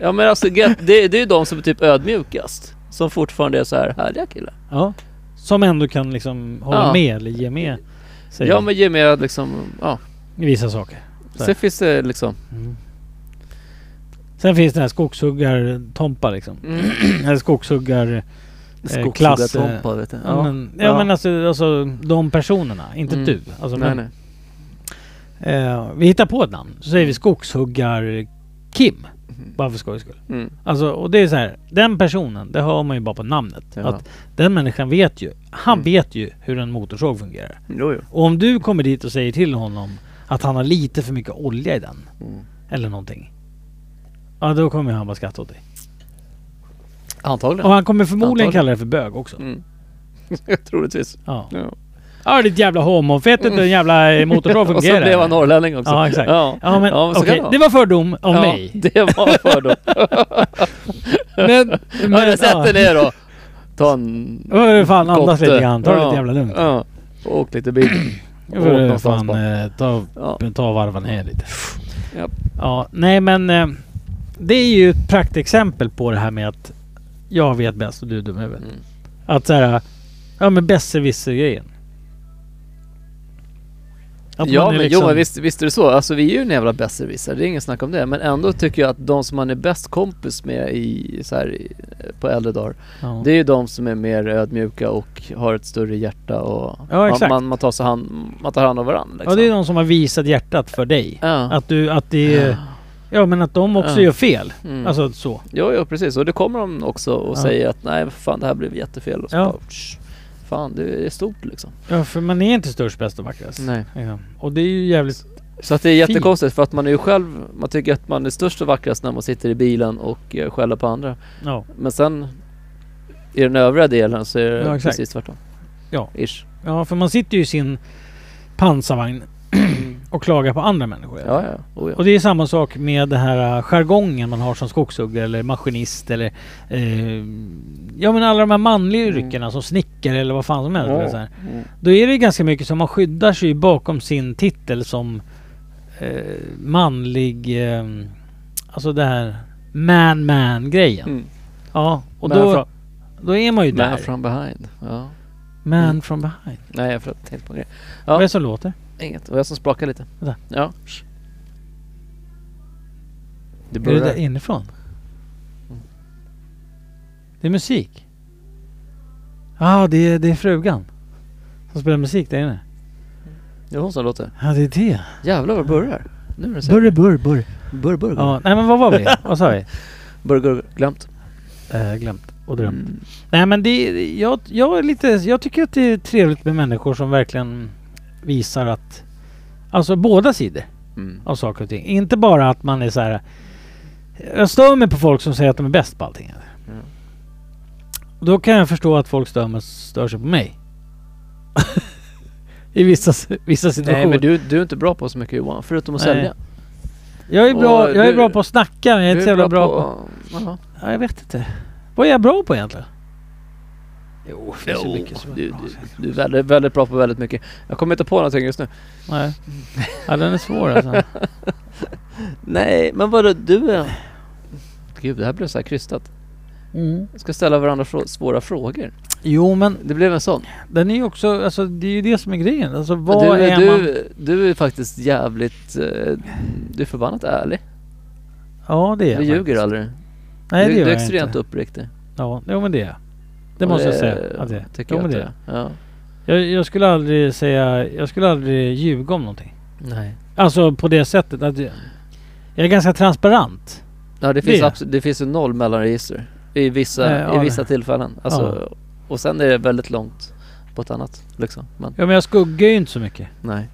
Ja men alltså get, det, det är ju de som är typ ödmjukast. Som fortfarande är så här härliga killar.
Ja. Som ändå kan liksom hålla
Ja.
med eller ge med sig
Ja men ge mig liksom, ja.
i vissa saker. Så här.
Sen finns det liksom,
Mm. Sen finns det här skogshuggar-Tompa liksom.
mm,
Eller skogshuggar... Eh, klass, eh,
skogshuggartompa vet du.
Ja, men, ja, men alltså, alltså de personerna, inte
Mm.
du. Alltså,
nej,
men,
nej.
Eh, vi hittar på ett namn, så
Mm.
säger vi skogshuggar-Kim. Bara för skojs skull.
Mm.
Alltså, och det är så här, den personen, det hör man ju bara på namnet.
Ja.
Att den människan vet ju, han
Mm.
vet ju hur en motorsåg fungerar.
Jo, jo.
Och om du kommer dit och säger till honom att han har lite för mycket olja i den,
Mm.
eller någonting. Ja, då kommer han bara skratta åt dig.
Antagligen.
Och han kommer förmodligen
Antagligen.
kalla dig för bög också.
Mm. Troligtvis.
Ja.
Ja.
Ja, ditt jävla homo. Vet inte hur en jävla eh, motorsåg fungerar.
Mm. Och så blev han norrlänning också.
Ja, exakt.
Ja,
Ja men,
så kan
okej, det var fördom av
ja,
mig.
Det var fördom.
Men...
Men, ja, sätt
ja.
dig ner då. Ta en
Öh, fan andas
kotte.
lite grann, ta det lite
Ja,
jävla lugnt.
Ja. Åk lite bil.
Nu
Åk
får du
någonstans
fan
bara.
eh, ta,
Ja.
ta varvan här lite.
Japp.
Ja, nej men eh, det är ju ett praktexempel på det här med att jag vet bäst och du är dum i huvudet.
Mm.
Att såhär, ja men besserwisser-grejen. Att
Ja
man är
men
liksom-
jo men visst, visst är det så. Alltså vi är ju en jävla besserwisser. Det är ingen snack om det. Men ändå tycker jag att de som man är bäst kompis med i, så här, i- på äldre dagar.
Ja.
Det är ju de som är mer ödmjuka och har ett större hjärta och
Ja,
man,
exakt.
man, man, tar sig hand, man tar hand om varandra.
ja,
Liksom.
det är någon som har visat hjärtat för dig.
Ja.
Att du, att det är, ja men att de också
Ja.
gör fel.
Mm.
Alltså så.
Jo, jo, precis. Och det kommer de också och
Ja.
säger att nej, fan det här blev jättefel. Och så
Ja.
bara, "Psh, fan, det är stort liksom.
Ja, för man är inte störst, bäst och vackrast.
Nej.
Ja. Och det är ju jävligt...
Så att det är jättekonstigt för att man är ju själv, man tycker att man är störst och vackrast när man sitter i bilen och eh, skäller på andra.
Ja.
Men sen i den övriga delen så är det
Ja, exakt.
precis tvärtom.
Ja.
Ish.
ja, för man sitter ju i sin pansarvagn och klagar på andra människor.
Ja, ja. Oh, ja.
Och det är samma sak med den här äh, jargongen man har som skogshuggare eller maskinist eller... Eh, ja men alla de här manliga
Mm.
yrkena som snickare eller vad fan som helst. eller Så här.
Mm.
Då är det ganska mycket som man skyddar sig bakom sin titel som eh, manlig... Eh, alltså det här man-man grejen.
Mm.
Ja, och
Man
då,
from-
då är man ju
Man
där.
from behind. Ja.
Man
Mm.
from behind.
Nej, jag har tänkt på en grej.
Vad är
Ja,
det som låter?
inget. Och jag som sprakar lite.
Vänta.
Ja. Det
Är det där
burrar.
inifrån? Det är musik. Ja, ah, det, är- det är frugan som spelar musik där inne.
Det är hon som låter.
Ja, det är det.
Jävlar vad det burrar. Nu är det
Burre, burr, burr.
burr, burr.
Ja, nej men vad var vi? vad sa vi?
Burger glömt. Mm.
Eh, glömt och drömt. Nej men det, jag, jag är lite, jag tycker att det är trevligt med människor som verkligen visar att, alltså båda sidor.
Mm.
av saker och ting. Inte bara att man är så här. Jag stör mig på folk som säger att de är bäst på allting.
Mm.
Och Då kan jag förstå att folk stör, mig, stör sig på mig. I vissa, vissa situationer.
Nej men du, du är inte bra på så mycket Johan, förutom att
Nej.
sälja.
jag är, bra,
och
jag är
du-
bra på att snacka men jag är
du
inte så jävla bra på...
Jaha.
Ja, jag vet inte. Vad är jag bra på egentligen? Jo, det finns ju
Jo,
mycket som jag är
du,
bra
du,
på.
du är väldigt, väldigt bra på väldigt mycket. Jag kommer inte på någonting just nu.
Nej. Ja, den är svår alltså.
Nej, men vadå du är... Gud, det här blev så här krystat.
Mm.
Jag ska ställa varandra frå- svåra frågor.
Jo, men
Det blev en sån.
den är ju också... Alltså, det är ju det som är grejen. Alltså, vad
du,
är
du,
man...
du är faktiskt jävligt... eh, Du är förbannat ärlig.
Ja, det är
Du
jag.
ljuger aldrig.
Nej,
du,
det gör
du är
jag
extremt
inte.
uppriktig.
Ja, jo men det är jag. Det
Och
måste jag säga. Att det,
Tycker
jo,
jag
men
att
det
det
är jag.
är. Ja.
Jag, jag skulle aldrig säga... Jag skulle aldrig ljuga om någonting.
Nej.
Alltså på det sättet att... Jag, jag är ganska transparent.
Ja det finns,
Det.
abs- det finns ju noll mellanregister i vissa,
Eh, ja,
i vissa
det-
tillfällen. Alltså, Och sen är det väldigt långt på ett annat liksom. Men
Ja men jag skuggar ju inte så mycket.
nej.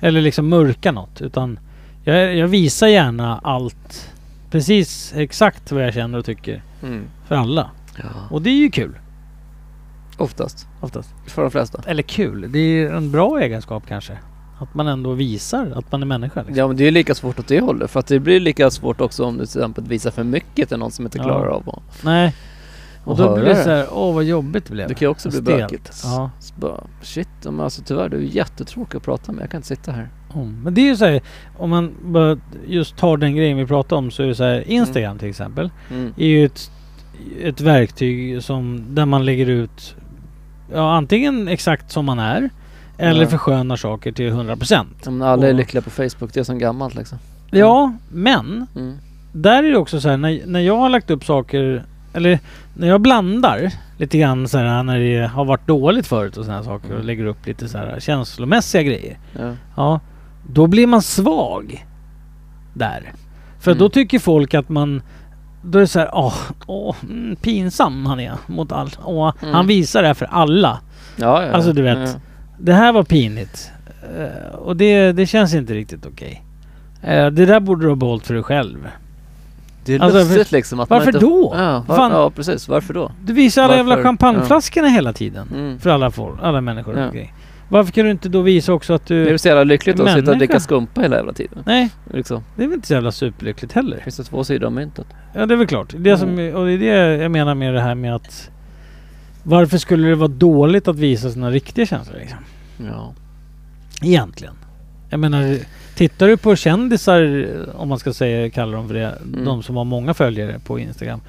Eller liksom mörka något. Utan jag, jag visar gärna allt. Precis exakt vad jag känner och tycker.
Mm.
För alla.
Ja.
Och det är ju kul.
Oftast.
Oftast.
För de flesta.
Eller kul. Det är en bra egenskap kanske. Att man ändå visar att man är människa. Liksom.
Ja men det är ju lika svårt åt det hållet. För att det blir lika svårt också om du till exempel visar för mycket till någon som inte
Ja.
klarar av att
Nej. Och,
Och
då
höra
blir det
det.
så här, åh vad jobbigt det blev.
Det kan ju också bli
Stelt.
bökigt.
Ja.
Så bara, shit, men alltså tyvärr du är jättetråkig att prata med. Jag kan inte sitta här.
Mm. Men det är ju så här, om man bara just tar den grejen vi pratade om så är det så här, Instagram till exempel.
Mm.
är ju ett, ett verktyg som, där man lägger ut ja, antingen exakt som man är eller
Ja.
förskönar saker till 100%.
Ja, Men alla är
Och-
lyckliga på Facebook, det är som gammalt liksom.
Ja, men
Mm.
där är det också så här när, när jag har lagt upp saker eller när jag blandar lite grann så här när det har varit dåligt förut och sådana saker och
Mm.
lägger upp lite så här känslomässiga grejer.
Ja.
Ja, då blir man svag där. För
Mm.
då tycker folk att man... Då är det så här, åh, åh mm, pinsam han är mot allt. Åh,
Mm.
Han visar det här för alla.
Ja, ja, ja.
Alltså, du vet.
Ja.
Det här var pinigt. Eh, och det, det känns inte riktigt okej. Eh, det där borde du ha behållit för dig själv.
Det är
Alltså,
lustigt liksom att
varför
man inte...
då?
Ja, var,
Fan.
ja, precis. Varför då?
Du visar alla jävla
Varför?
champagneflaskorna hela tiden.
Mm.
För alla, folk, alla människor.
Ja.
och grejer. Varför kan du inte då visa också att
Det är
du...
väl så jävla lyckligt att sitta
Människa.
och dricka skumpa hela jävla tiden.
Nej,
Liksom.
det är väl inte så jävla superlyckligt heller.
Det finns det två sidor av myntet.
Ja det är väl klart. Det är som,
Mm.
och det är det jag menar med det här med att varför skulle det vara dåligt att visa sina riktiga känslor liksom?
Ja.
Egentligen. Jag menar, tittar du på kändisar, om man ska säga, kalla dem för det,
Mm.
de som har många följare på Instagram.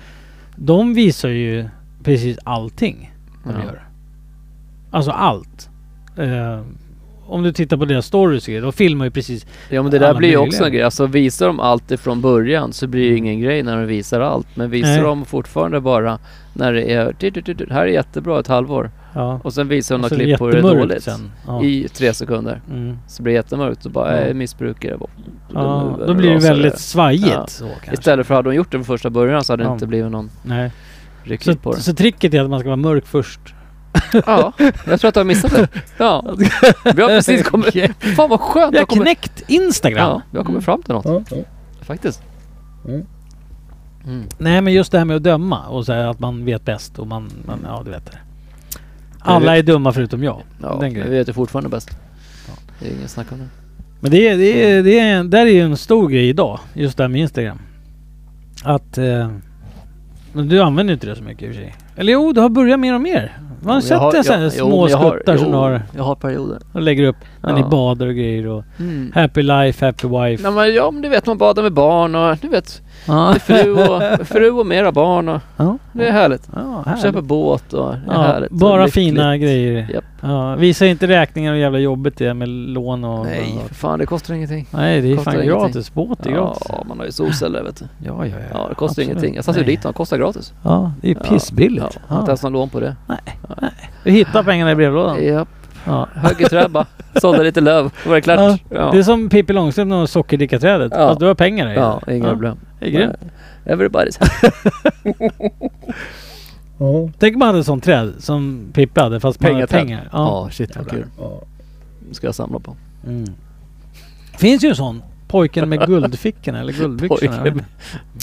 De visar ju precis allting de
Ja.
gör. Alltså allt. Eh, om du tittar på deras stories, och grejer, de filmar ju precis.
ja men det där
Alla
blir ju
möjliga. Mm.
också en grej. Alltså visar de allt ifrån början så blir det ju ingen grej när de visar allt. Men visar
Nej.
de fortfarande bara när det är... "Du, du, du, du, Här är jättebra ett halvår.
Ja.
Och sen visar de några
Och så är
klipp på hur det är
Alltså, jättemörkt
dåligt.
sen. Ja.
I tre sekunder.
Mm.
Så blir det jättemörkt och bara,
Ja.
"Äh, missbrukare. Bort.
Ja,
Nu
då blir det
rasar
väldigt svajigt.
Ja.
Så, kanske.
Istället för hade de gjort det från första början så hade det
Ja.
inte blivit någon
Nej.
riktigt på
Så,
det.
så tricket är att man ska vara mörk först.
Ja, jag tror att du har missat det. Ja, vi har precis kommit... Fan vad skönt!
Vi har
Jag kommer,
knäckt Instagram.
ja, vi har kommit fram till något. Faktiskt.
Mm.
Mm.
Nej men just det här med att döma och så här att man vet bäst och man, man ja du vet det. Alla är dumma förutom jag.
Ja,
Den
men
grejen.
vi vet ju fortfarande bäst. Det är ingen snack om det.
Men det, är- det, är- det är, där är ju en stor grej idag, just det här med Instagram. Att... Eh, men du använder ju inte det så mycket i och för sig. Eller jo, du har börjat mer och mer. Man har
Jo, jag
sett det så här
jag- jo,
små
men jag har-
skuttar som
jo,
du har
Jag har perioder.
och lägger upp när
Ja.
ni badar och grejer och
Mm.
Happy life, happy wife.
Nej, men, ja men du vet man badar med barn och du vet
Ja.
fru och, fru och mera barn och
Ja.
det är härligt.
Ja,
Köper
härligt.
båt och det är
Ja,
härligt.
bara
Lyckligt.
fina grejer.
Japp.
Ja, visa inte räkningar och jävla jobbigt det är med lån och...
Nej
och-
för fan det kostar ingenting.
Nej, det är
Kostar
fan
ingenting.
gratis. Båt är gratis.
Ja man har ju solceller vet du.
Ja, ja, ja.
Ja det kostar
Absolut.
ingenting. Jag satte ju
Nej.
dit dem, kostar gratis.
Ja, det är
Ja. Ja,
pissbilligt.
jag har
Ja.
inte ens någon lån på det.
Du hittar pengarna i brevlådan.
Japp,
Ja.
högg i trä bara. Sålde lite löv, då var det klart. Ja,
Det är som Pippi Långstrump och sockerdikaträdet.
Ja.
Fast Alltså, du har pengar i det.
ja inga problem.
Det är grymt.
Everybody's
Ja.
Tänk om man hade ett sånt träd som Pippi hade fast man hade
Pengaträd.
pengar.
Ja,
Ja.
shit vad
Jävlar.
kul.
Ja.
Nu ska jag samla på.
Mm. Finns ju en sån. Pojken med guldfickorna eller guldbyxorna.
Pojken med-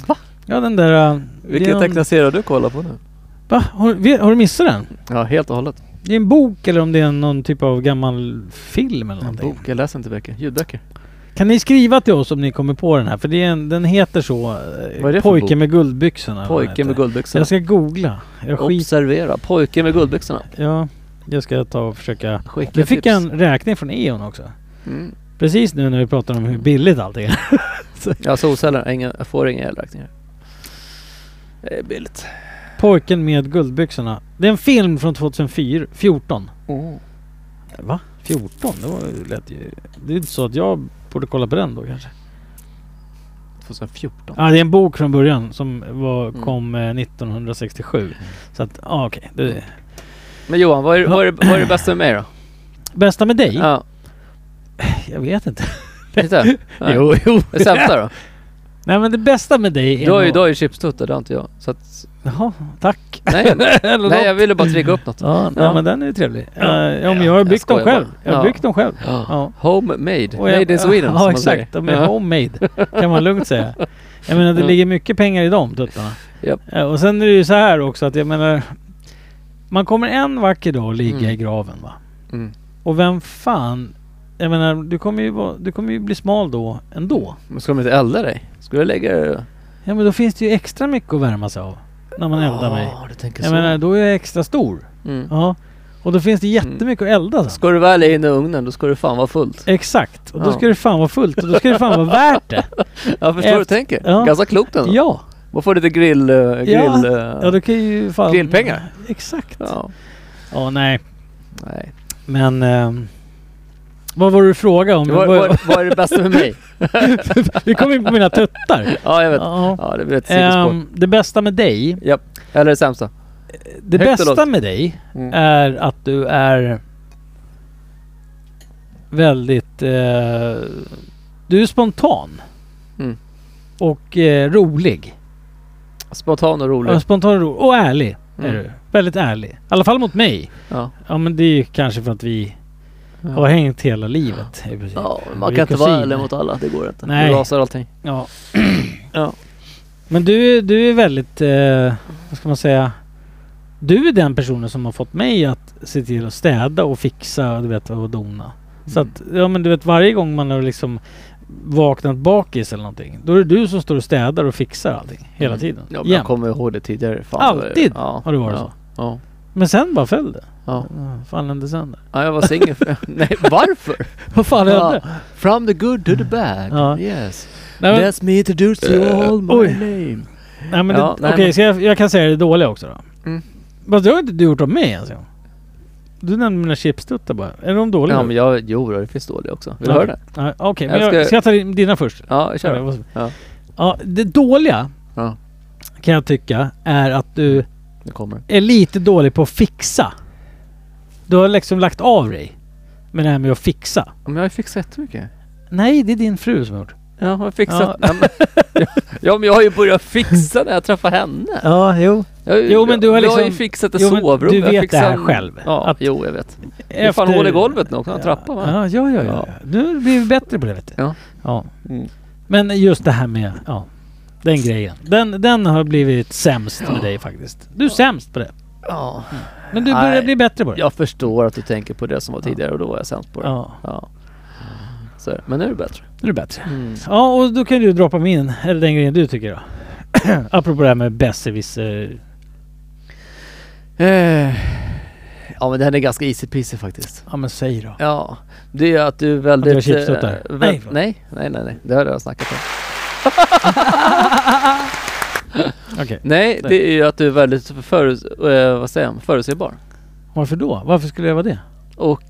Va? Ja den där... äh, det är
Vilken
någon-
tecknaserie du kollar på nu?
Va? Har, vi- har du missat den?
Ja, helt och hållet.
Det är en bok eller om det är någon typ av gammal film eller
En
någonting.
bok. Jag läser inte böcker. Ljudböcker.
Kan ni skriva till oss om ni kommer på den här? För det är en, den heter så... eh,
Vad är det för bok?
Pojken med guldbyxorna. eller vad den
Pojken med
heter.
guldbyxorna.
Jag ska googla. Jag, skit,
Observera. Pojken med guldbyxorna.
ja, jag ska ta och försöka...
Skicka
Jag fick
tips.
en räkning från E.ON också.
Mm.
Precis nu när vi pratar om hur billigt allt är.
Ja, solceller. Inga, jag får inga elräkningar. Det är billigt.
Pojken med guldbyxorna. Det är en film från 2014. Va? 14? Det var ju lätt ju... Det är inte så att jag borde kolla på den då kanske.
2014.
Ja, det är en bok från början som var,
Mm.
kom eh, Mm. 1967. Så att, ja okej. Det-
Men Johan, vad är, vad är, vad är det bästa med mig då?
bästa med dig?
Ja,
Jag vet inte.
titta. Nej.
Jo, jo.
Det sämsta då?
Nej men det bästa med dig är...
Du har ju,
nog-
du har ju chipstuttar, det har inte jag. Så att,
Jaha, tack.
nej,
Eller
nej,
något.
jag ville bara trigga upp något.
Ja, nej,
Ja.
men den är ju trevlig. Ja, ja men jag har
jag
byggt dem
skojar
själv.
bara.
Jag har
Ja.
byggt dem själv. Ja.
Homemade.
Och jag-
Made in Sweden, som
Ja
man säger.
exakt, de är
Ja.
homemade. Kan man lugnt säga. Jag menar det
Ja.
ligger mycket pengar i de tuttarna.
Japp.
Eh, Och sen är det ju så här också att jag menar... Man kommer en vacker dag att ligga
Mm.
i graven va.
Mm.
Och vem fan... Jag menar du kommer ju, vara, du kommer ju bli smal då ändå.
Men ska de inte elda dig? Ska du lägga dig då?
Ja men då finns det ju extra mycket att värma sig av. När man eldar mig.
Ja, Ah, du tänker
Jag
så.
menar då är jag extra stor.
mm.
Ja. Och då finns det jättemycket att elda sen.
Ska du väl in i ugnen, då ska du fan vara fullt.
Exakt. Och då
Ja.
ska det fan vara fullt och då ska det fan vara värt det.
Jag förstår hur du
Efter-
tänker.
Ja.
Ganska klokt ändå.
Ja.
Man får lite grill... eh, grill
Ja.
eh,
Ja, då kan ju fan...
Grillpengar.
Exakt. Ja,
ja.
nej.
Nej.
Men... ehm, vad var det du frågade om?
Vad,
Vad-
vad, vad är det bästa med mig?
Vi kom in på mina tuttar.
Ja, jag vet.
Ja.
Ja, det blir ett sidospår.
Ehm, det bästa med dig.
Japp. Eller det sämsta.
Det
Högt och
bästa
lågt.
med dig
Mm.
är att du är väldigt... eh, du är spontan.
Mm.
Och eh, rolig.
Spontan och rolig.
Ja, spontan och rolig. Och ärlig.
Mm.
Är du. Väldigt ärlig. I alla fall mot mig.
Ja.
Ja men det är ju kanske för att vi har hängt hela livet i princip.
Ja, man
Vi
kan
är
inte vara
kusiner.
ärlig mot alla. Det går inte.
Nej.
Du rasar allting.
Ja.
Ja.
Men du, är- du är väldigt, eh, vad ska man säga? Du är den personen som har fått mig att se till att städa och fixa du vet, och dona. Så
Mm.
att, ja men du vet varje gång man har liksom vaknat bakis eller någonting. Då är det du som står och städar och fixar allting hela
Mm.
tiden.
Ja, men jag
Jämt.
kommer ihåg det tidigare. Fan,
Alltid
det var ju- ja,
har det varit
ja,
så.
Ja.
Men sen bara föll det.
Ja.
Ja, Fan hände sen där?
ja, jag var singel för... Nej, varför?
Vad fan
Ja.
hände?
From the good to the bad.
Ja.
Yes.
Nej, men,
That's me introduce you all my
Oj.
name.
nej, men
Ja,
det-
nej,
okej, så jag, jag kan säga det dåliga också då.
Mm.
Fast det har inte du gjort om mig ens en gång. Du nämnde mina chipstuttar bara. Är de dåliga?
Ja, men jag... Jo, då, det finns dåliga också. Vill du
Ja.
höra det?
Nej, Okej, men
Jag
jag,
ska-
ska jag ta din- dina först?
Ja, kör.
Eller vad som-
Ja.
ja, det dåliga
Ja.
kan jag tycka är att du
Nu kommer det.
är lite dålig på att fixa. Du har liksom lagt av dig med det här med att fixa.
Ja, Men jag har ju fixat jättemycket.
Nej, det är din fru som har gjort.
Ja, jag har fixat. Ja. men, ja, men jag har ju börjat fixa när jag träffar henne.
Ja, jo.
Jag, ju-
Jo, men du har
jag har ju
liksom-
fixat ett
jo, men
sovrum.
du
jag
vet
fixar
det här
en-
själv.
Ja,
Att-
jo jag vet. Det är fan hål i golvet nu också, en trappa va?
Ja, ja, ja, ja.
Ja.
Nu blir vi bättre på det vet du.
Ja.
ja.
Mm.
Men just det här med, ja. Den grejen. Den, den har blivit sämst med dig faktiskt. Du är sämst på det.
Ja.
Men du börjar
Nej.
bli bättre på det.
Jag förstår att du tänker på det som var tidigare och då var jag sämst på det. Ja.
Ja,
Så, är det. men nu är det bättre.
nu är det bättre. Ja, och då kan du droppa min, eller den grejen du tycker då. Apropå det här med besserwisser.
Eh, Ja men det här är ganska easy peasy faktiskt.
Ja men säg då.
Ja, det är ju att du är
Att du har
väldigt...
chipstuttar.
eh, vä-
Nej, förlåt.
nej, nej, nej, nej. Det har jag snackat om.
Okej,
Nej,
Nej.
det är ju att du är väldigt förut, eh, vad säger jag, förutsägbar.
varför då? Varför skulle jag vara det?
Och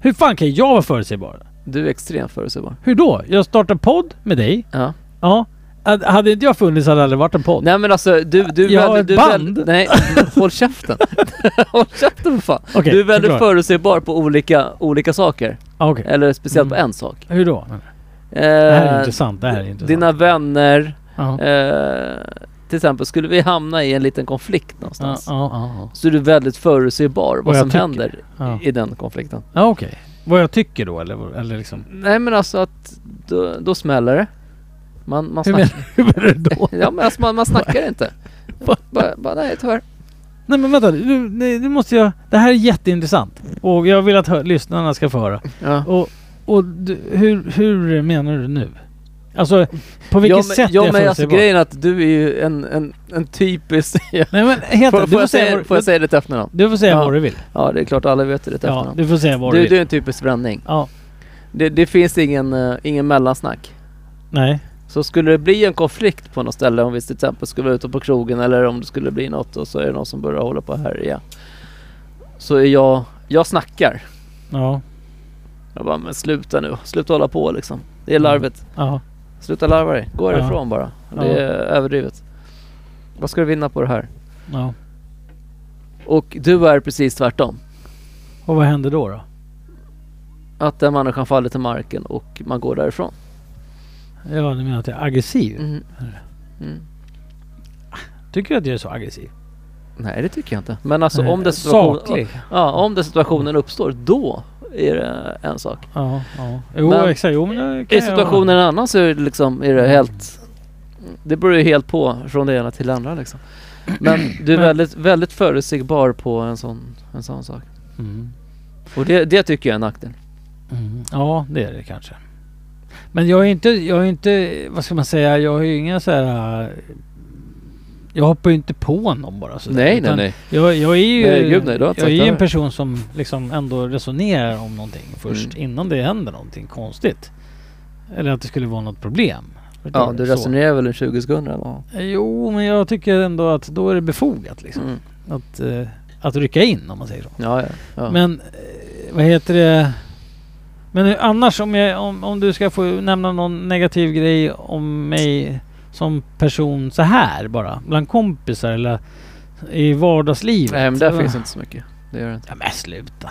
Hur fan kan jag vara förutsägbar?
du är extremt förutsägbar.
Hur då? Jag startar podd med dig.
Ja.
Ja. Hade- Hade inte jag funnits hade det aldrig varit en podd.
Nej men alltså du... du är
Jag har
väldigt-
ett
du är väldigt-
band.
Nej, håll käften. håll käften för fan.
Okej,
du är väldigt
förklara.
förutsägbar på olika, olika saker.
Ja, Okej.
Eller speciellt på
Mm.
en sak.
Hur då?
Eh,
Det här är intressant. Det här är intressant.
Dina vänner,
Ja.
eh, till exempel, skulle vi hamna i en liten konflikt
Ja,
någonstans.
ja, ja,
Så är du väldigt förutsägbar vad
jag
som
tycker.
händer
ja.
i den konflikten.
Ja, okej. Vad jag tycker då eller, eller liksom...
Nej men alltså att då, då smäller det. Man, man
Hur
snackar,
menar, hur menar du då?
ja, men alltså, man, man snackar inte. Bara, bara, nej tyvärr.
Nej men vänta, nu, nej, nu måste jag... Det här är jätteintressant. Och jag vill att hö- lyssnarna ska få höra.
Ja.
Och, och du, hur, hur menar du nu? Alltså på vilket
ja, men,
sätt
ja,
är jag
men alltså,
förutsägbar?
grejen är att du är ju en, en, en typisk...
Nej men helt
får,
ärligt, du får
får, jag
säga
säga,
vad
får jag
du-
säga ditt efternamn?
du får säga
Ja.
vad du vill.
Ja det är klart, alla vet ju ditt
Ja,
efternamn.
du får säga vad
du,
du
du är
vill.
en typisk bränning.
Ja,
Det, det finns ingen, eh, ingen mellansnack.
nej.
Så skulle det bli en konflikt på något ställe om vi till exempel skulle vara ute på krogen eller om det skulle bli något och så är det någon som börjar hålla på här ja. Så är jag, jag snackar.
Ja,
Jag bara men sluta nu, sluta hålla på liksom. Det är larvet.
ja.
Sluta larva dig, gå
Mm. Ja.
härifrån bara. Det
Ja.
är överdrivet. Vad ska du vinna på det här?
ja.
Och du är precis tvärtom.
Och vad händer då då?
att den människan faller till marken och man går därifrån.
Ja, du menar att jag är aggressiv?
Mm. Mm.
Tycker du att jag är så aggressiv?
Nej det tycker jag inte. Men alltså om
Eh,
den situationen,
Saklig?
ja, om den situationen uppstår då är det en sak.
Ja, ja. Jo,
Men-
exakt. Jo, men det kan jag-
Är situationen en annan så är det liksom, är det helt... Det beror ju helt på från det ena till det andra liksom. Men du är
Men-
väldigt, väldigt förutsägbar på en sån, en sån sak.
Mm.
Och det, det tycker jag är en nackdel.
Mm. Ja, det är det kanske. Men jag är inte, jag är inte, vad ska man säga, jag har ju inga så här... äh, Jag hoppar ju inte på någon bara sådär,
Nej, nej,
utan
nej.
Jag, jag är ju
Nej, gud, nej, du har inte
jag är
sagt
ju
det
en
här.
person som liksom ändå resonerar om någonting först
Mm.
innan det händer någonting konstigt. Eller att det skulle vara något problem. Förstår
Ja, du
Så.
resonerar väl i 20 sekunder eller vad?
Jo, men jag tycker ändå att då är det befogat liksom.
Mm.
Att, eh, att rycka in om man säger så.
Ja, ja. ja.
Men eh, vad heter det? Men hur- annars om, jag, om, om du ska få nämna någon negativ grej om mig som person så här bara. Bland kompisar eller i vardagslivet.
nej, men där
Så-
finns inte så mycket. Det gör det inte.
Ja men sluta.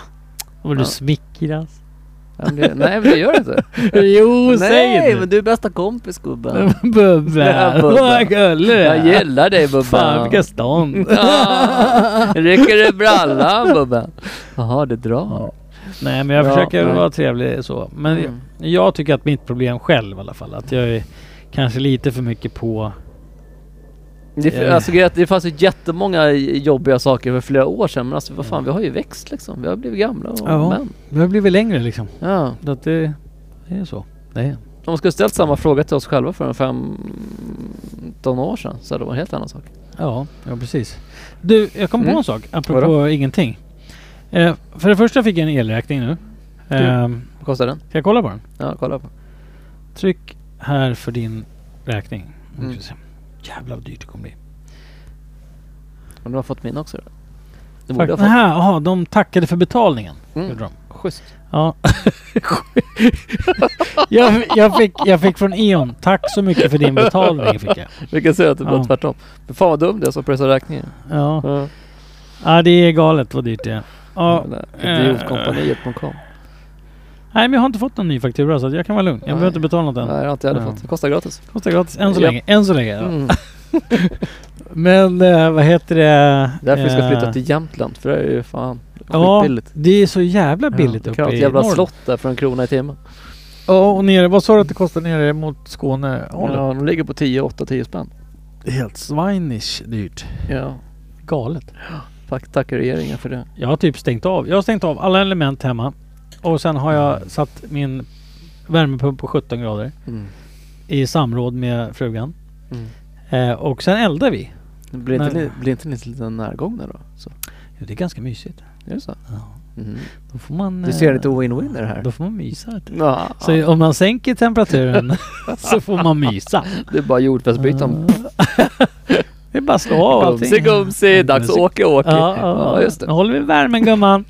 Vad du
Ja.
smickras.
Nej, men det, nej, men det gör det inte.
jo,
nej,
säg
men
det.
du är bästa kompis gubben.
Men Bubbe.
Ja, Bubbe.
Vad gullig du
Jag
är.
gillar dig
Fan
bubben.
vilka stånd.
Ja, rycker du brallan bubben? Jaha, det drar.
Nej men jag
Ja,
försöker
nej.
vara trevlig så. Men
Mm.
Jag tycker att mitt problem själv i alla fall, att jag är kanske lite för mycket på...
Det,
Eh.
alltså, grejen är att det fanns ju jättemånga jobbiga saker för flera år sedan men alltså vad fan vi har ju växt liksom. Vi har blivit gamla och
Mm. Ja.
män.
Jag har blivit längre liksom.
Ja.
Så Att det, det är så. Det är.
Om man skulle ställt samma fråga till oss själva för en 15 år sedan så hade det varit en helt annan sak.
Ja, ja precis. Du, jag kom på
Mm.
en sak apropå ingenting. Eh, för det första fick jag en elräkning nu. Eh,
Vad kostar den?
ska jag kolla på den?
Ja, kolla på.
Tryck här för din räkning. Nu ska
Mm.
vi se. Jävlar vad dyrt det kommer bli.
Och du har fått min också då. Det borde
Fakt-
jag ha
Aha, aha, de tackade för betalningen.
Mm.
Gjorde de.
fått. Schysst.
Ja. jag, jag, fick, jag fick från Eon, tack så mycket för din betalning. Fick jag.
Vi kan säga att det blev
Ja.
tvärtom. Men fan vad dum det är som pressar räkningen.
Ja.
Ja.
ja, det är galet vad dyrt det är. Ja.
Det där
Eh.
Idiotkompaniet.com.
Nej, men jag har inte fått någon ny faktura så att jag kan vara lugn. Jag behöver
Nej.
inte betala något
Nej, det
än.
har inte jag heller
Ja.
fått. Det kostar gratis.
Kostar gratis än så
Ja.
länge. Än så länge. Ja.
Mm.
Men eh, vad heter det?
Därför vi ska
Eh,
flytta till Jämtland för det är ju fan
Ja,
skitbilligt.
det är så jävla billigt
ja,
uppe i
ett jävla
Norrland.
slott där för en krona i timmen.
Ja, och nere. Vad sa du att det kostar nere mot Skåne?
Ja, de ligger på 10, 8, 10 spänn.
Helt svinish dyrt.
Ja.
Galet.
Tack, tackar regeringen för det.
Jag har typ stängt av. Jag har stängt av alla element hemma. Och sen har jag satt min värmepump på 17 grader i samråd med frugan.
Mm.
Eh, och sen eldar vi.
Blir, inte
Nej.
ni, blir inte ni lite närgångna då? Så.
Jo, det är ganska mysigt.
Är det så?
Ja.
Mm.
Då får man...
Du
eh,
ser lite win-win i det här.
Då får man mysa. vet du.
Ja,
Så om man sänker temperaturen så får man mysa.
det är bara jordfästbyten.
det är bara att slå av Mm. allting. Mm.
Gumsi gumsi, dags att åka åka.
Ja, ja,
Ja, just det.
Nu håller vi värmen gumman.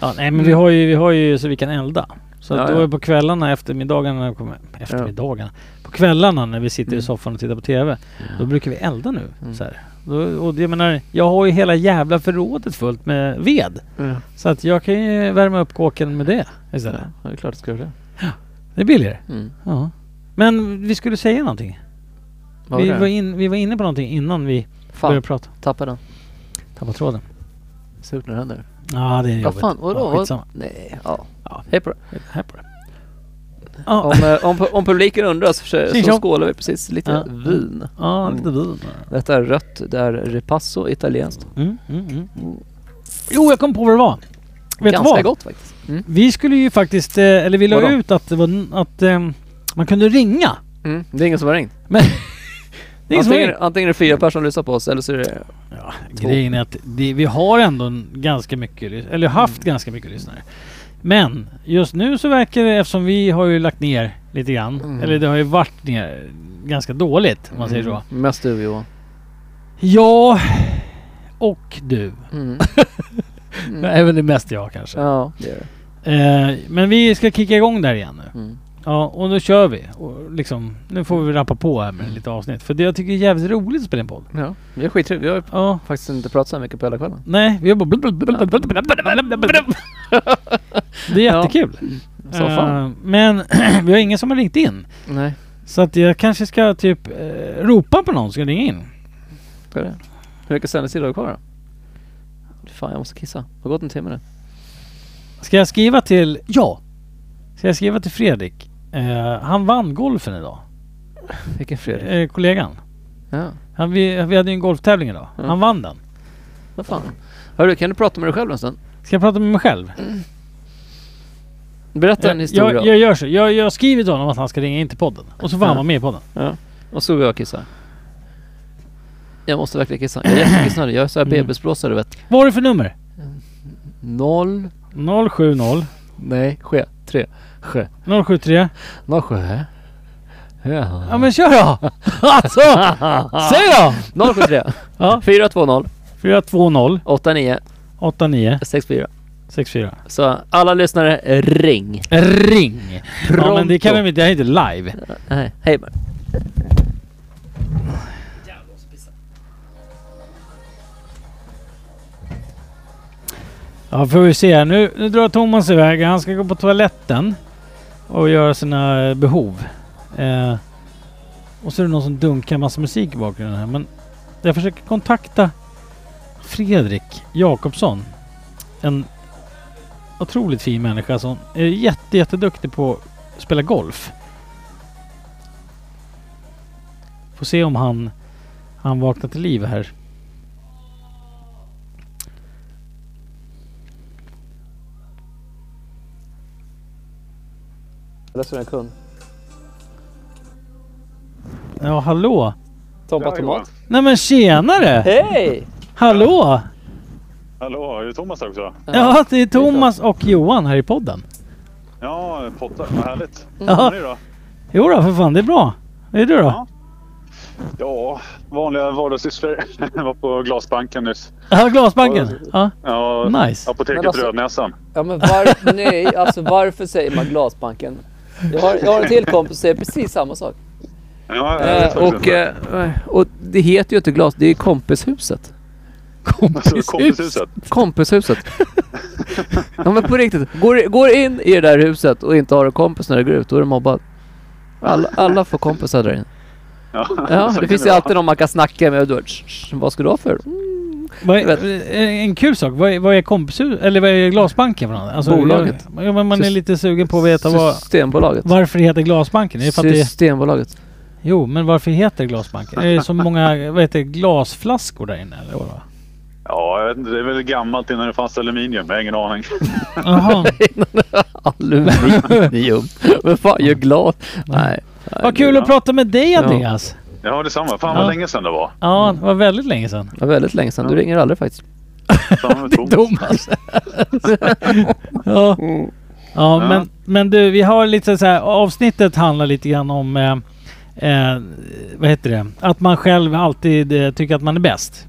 ja, nej men vi har, ju, vi har ju så vi kan elda. Så att
Ja,
då
ja.
på kvällarna, eftermiddagarna, när jag kommer- eftermiddagarna, på kvällarna när vi sitter i
Mm.
soffan och tittar på TV. Då brukar vi elda nu.
Mm.
Så här. Då, och det- jag menar, jag har ju hela jävla förrådet fullt med ved.
Ja,
Så att jag kan ju värma upp kåken med det istället.
det är klart du ska göra det.
Det är billigare.
Mm.
Ja. Men vi skulle säga någonting.
Vad
Vi
var det?
var, in, vi var inne på någonting innan vi
Fan,
började prata.
tappade den.
Tappade tråden.
Surt när det händer.
Ja, det är
Ja,
jobbigt.
fan, vadå?
Ja, skitsamma.
Nej, ja.
Ja.
Hej på det.
Här på det. Ja,
Om, eh, om, om publiken undrar så,
Tjing
försöker- så
tjong.
skålar vi precis lite
Ja.
vin.
ja lite vin.
Detta är rött, det är ripasso italienskt.
Mm, mm, mm. Jo, jag kom på vad det var. Vet du
Ganska
vad?
gott faktiskt. Mm.
Vi skulle ju faktiskt, eh, eller vi la
Vadå?
ut att, det var, n- att ehm, man kunde ringa.
Mm. Det är ingen som har ringt.
Men det är ingen som
antingen,
ringer.
antingen är det fyra personer som lyssnar på oss eller så är det...
Ja, grejen är att det, vi har ändå en ganska mycket, lys- eller haft
Mm.
ganska mycket lyssnare. Men just nu så verkar det, eftersom vi har ju lagt ner lite grann,
Mm.
eller det har ju varit ner ganska dåligt om man säger så.
Mm. Mest du Johan.
Ja, och du.
Mm.
Även det mest jag kanske.
Ja, det är det.
Eh, men vi ska kicka igång där igen nu.
Mm.
Ja, och nu kör vi. Och liksom, nu får vi rappa på här med lite avsnitt. För det jag tycker är jävligt roligt att spela in podd.
Ja, vi är skittrevliga. Vi har
Ja.
faktiskt inte pratat så här mycket på hela kvällen.
Nej, vi har bara... blub, blub, blub, blub, blub, blub, blub, blub. Det är
Ja.
jättekul.
Så fan.
Eh, Men vi har ingen som har ringt in.
Nej,
Så att jag kanske ska typ eh, ropa på någon som ska ringa in.
ska det. Hur mycket sändningstid har vi kvar då? Fan, jag måste kissa. Det har gått en timme nu.
Ska jag skriva till... Ja! Ska jag skriva till Fredrik? Eh, han vann golfen idag.
Vilken fredag.
Eh, kollegan.
Ja,
Han, vi, vi hade ju en golftävling idag.
Mm.
Han vann den.
vad fan. Hörru, kan du prata med dig själv en stund?
Ska jag prata med mig själv?
Berätta en
jag,
historia.
jag, jag gör så. Jag, jag skriver till honom att han ska ringa in till podden. Och så får han
Ja.
vara med i podden.
Och så går jag och kissar. Jag måste verkligen kissa. Jag är jättekissnödig. Jag är såhär
Mm.
bebisblåsare du vet.
Vad är det för nummer?
Noll...
070
Nej, ske. Tre. Ske.
073.
Noll ske.
Ja
eh? Ja.
men kör då! Alltså! Säg då!
073
Ja.
420
420
89
89
64.
64.
Så alla lyssnare, ring.
Ring! Ja men det kan
Pronto.
vi inte, det här är inte live.
Nej, hej bara.
Ja får vi se här. Nu, nu drar Thomas iväg. Han ska gå på toaletten. Och göra sina eh, behov. Eh, och så är det någon som dunkar massa musik i bakgrunden här. Men jag försöker kontakta Fredrik Jakobsson. En otroligt fin människa som är jätte, jätteduktig på att spela golf. Får se om han, han vaknar till liv här.
Eller så är det en kund.
Ja, hallå?
Tompa
Ja, Johan.
Tomat.
Nej men tjenare!
Hej!
Hallå!
Hallå, är det Thomas här också?
Ja, det är Thomas och Johan här i podden.
Ja, poddar. Vad härligt.
Ja.
Hur mår ni då?
Jo då, för fan det är bra. Hur är du då?
Ja. Ja, vanliga vardagssysslor. Jag var på glasbanken nyss.
Ja, Glasbanken. Ja.
Ja,
Nice.
Apoteket
Men alltså-
Rödnäsan.
Ja men var, nej, alltså varför säger man Glasbanken? Jag har, jag har en till kompis som säger precis samma sak.
Ja, jag vet
Eh,
faktiskt
och,
inte.
eh, och det heter ju inte glas, det är kompishuset.
Alltså,
Kompishuset.
kompishuset.
Kompishuset. ja men på riktigt, går, går in i det där huset och inte har en kompis när du går ut, då är du mobbad. Alla, alla får kompisar där inne.
Ja,
Ja,
så
det
kan
finns ju
vara.
alltid någon man kan snacka med. Och då, "Tsch, tsch, vad ska du ha för?
Vad
Jag
är, en kul sak. Vad är, vad är kompishus... Eller vad är Glasbanken för något? Alltså,
Bolaget.
jag- Ja, men man är
Sys-
lite sugen på att veta vad,
Systembolaget.
varför det heter Glasbanken. Är det för att det,
Systembolaget.
jo, men varför heter det Glasbanken? Är det så många vad heter, det, glasflaskor där inne? Eller vad? det var?
Ja, jag vet inte. Det är väl gammalt innan det fanns aluminium. Jag har ingen aning.
Jaha.
Mm.
Aluminium. Men fan gör glas? Nej.
Mm. Vad kul att prata med dig
Ja.
Andreas.
Ja, detsamma.
Ja.
Fan vad länge sedan det var.
Ja, det var väldigt länge sedan.
Det var väldigt länge sedan. Du ringer aldrig faktiskt.
Samma med Thomas.
Thomas. ja.
Mm.
Ja,
Ja.
men, men du, vi har lite så här, avsnittet handlar lite grann om, eh, eh, vad heter det, att man själv alltid eh, tycker att man är bäst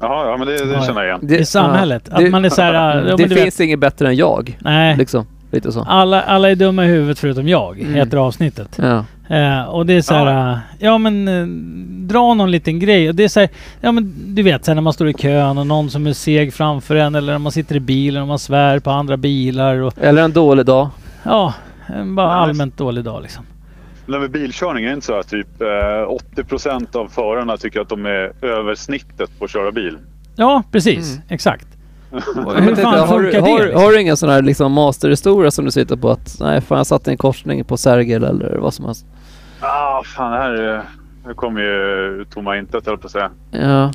Jaha, ja, men det,
Ja.
det känner jag igen.
i samhället.
det-
att man är så här, eh, ja,
det
men du vet, Eh.
finns inget bättre än jag.
nej,
Liksom. Lite så.
alla, alla är dumma i huvudet förutom jag,
Mm.
heter avsnittet.
Ja.
Eh, och det är så här,
Ja.
eh, ja men eh, dra någon liten grej. Och det är så här, ja men du vet så här, när man står i kön och någon som är seg framför en eller när man sitter i bilen och man svär på andra bilar och
Eller en dålig dag.
ja, en bara
Ja, men-
allmänt dålig dag liksom.
Det där med bilkörning, är det inte så att typ eh, 80 procent av förarna tycker att de är över snittet på att köra bil?
Ja, precis.
Mm.
Exakt.
Jag vet inte,
fan
har, du-
funkar det,
har,
liksom?
har du ingen sån här liksom masterhistoria som du sitter på att nej fan jag satt i en korsning på Sergel eller vad som helst?
Ah, fan, det här, är- här kommer ju tomma intet höll jag på att säga.
Ja.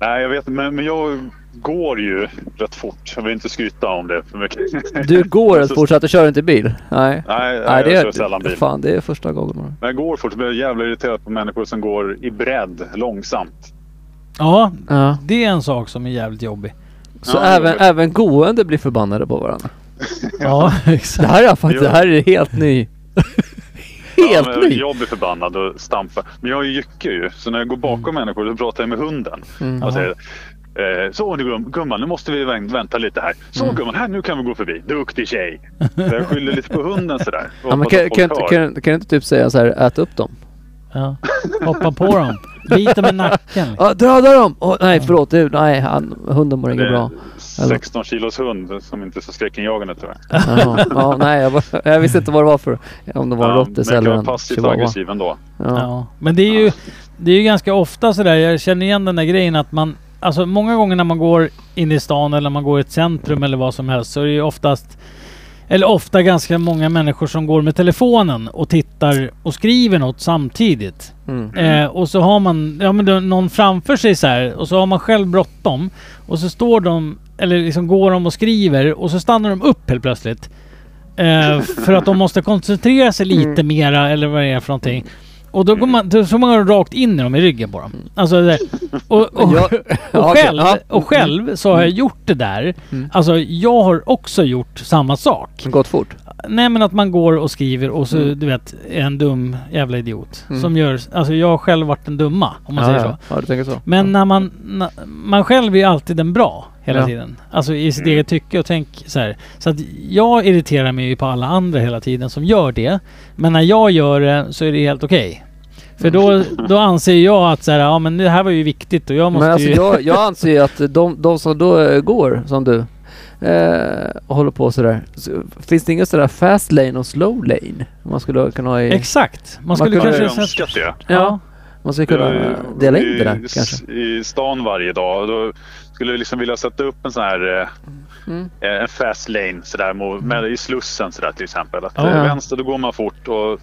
Nej, jag vet inte, men, men jag går ju rätt fort. Jag vill inte skryta om det för mycket.
Du går att
Så-
fortsätta, du kör inte bil? Nej.
Alltså- Nej,
Nej,
jag kör
det
sällan
är,
bil.
fan, det är första gången. man-
Men jag går fort. Jag blir jävla irriterad på människor som går i bredd långsamt.
Ja,
Ja.
det är en sak som är jävligt jobbig.
Så
Ja,
även,
det-
även gående blir förbannade på varandra.
Ja,
Det
exakt.
här är faktiskt,
Jo.
det här är helt ny. helt
ja, men
ny!
jag blir förbannad och stampar. Men jag är ju jycke ju, så när jag går bakom människor så pratar jag med hunden.
Mm.
Och säger Eh, så nu gum- gumman, nu måste vi vänt- vänta lite här. Så
Mm.
gumman, här nu kan vi gå förbi. Duktig tjej. Så jag skyller lite på hunden sådär. Och
Ja, men
hoppas
kan,
att folk
kan, kan,
hör.
kan du inte typ säga så här, ät upp dem?
Ja. Hoppa på dem. Bit dem i nacken.
Ja, döda dem! Åh, nej, förlåt. Du, nej, han, hunden mår
Det
inget
är
bra.
16 kilos hund som inte är så skräckinjagande tyvärr.
Ja, ja, nej, jag, bara, jag visste inte vad det var för... Om det var en råttis
men
eller
kan vara
en
passivt
chihuahua.
aggressiv ändå.
Ja.
Ja. Men det är ju, det är ju ganska ofta sådär. Jag känner igen den där grejen att man... Alltså många gånger när man går in i stan eller när man går i ett centrum eller vad som helst så är det ju oftast... Eller ofta ganska många människor som går med telefonen och tittar och skriver något samtidigt.
Mm.
Eh, och så har man ja, men det är någon framför sig så här och så har man själv bråttom. Och så står de, eller liksom går de och skriver och så stannar de upp helt plötsligt. Eh, för att de måste koncentrera sig lite
Mm.
mera eller vad det är för någonting. Och då går man, då så man rakt in i dem i ryggen på dem. Alltså det där. Och, och,
Jag- Ja,
och
okej.
själv,
Ja.
och själv så har jag gjort det där.
Mm.
Alltså jag har också gjort samma sak.
Gått fort?
Nej men att man går och skriver och så
Mm.
du vet är en dum jävla idiot.
Mm.
Som gör, alltså jag har själv varit den dumma om man
ja,
säger
ja.
så.
ja, du tänker så.
Men
ja.
när man, na, man själv är alltid den bra hela
Ja. Mm.
tiden. Alltså i sitt eget tycke och tänk så här. Så att jag irriterar mig ju på alla andra hela tiden som gör det. Men när jag gör det så är det helt okej. För då, då anser jag att så här, ja men det här var ju viktigt och jag måste
Mm. Men alltså
ju...
jag, jag anser ju att de, de som då eh, går, som du, eh, och håller på sådär. Så, finns det ingen sådär fast lane och slow lane? Man skulle kunna ha i...
Exakt! Man skulle
kunde
Jag hade
kanske...
önskat det.
ja. Man skulle kunna
Jag-
dela in det
i-
där kanske.
I stan varje dag. Och Då skulle jag liksom vilja sätta upp en sån här eh,
Mm.
eh, en fast lane sådär, mo- med, i Slussen sådär, till exempel. Att,
Ja.
eh, Vänster då går man fort och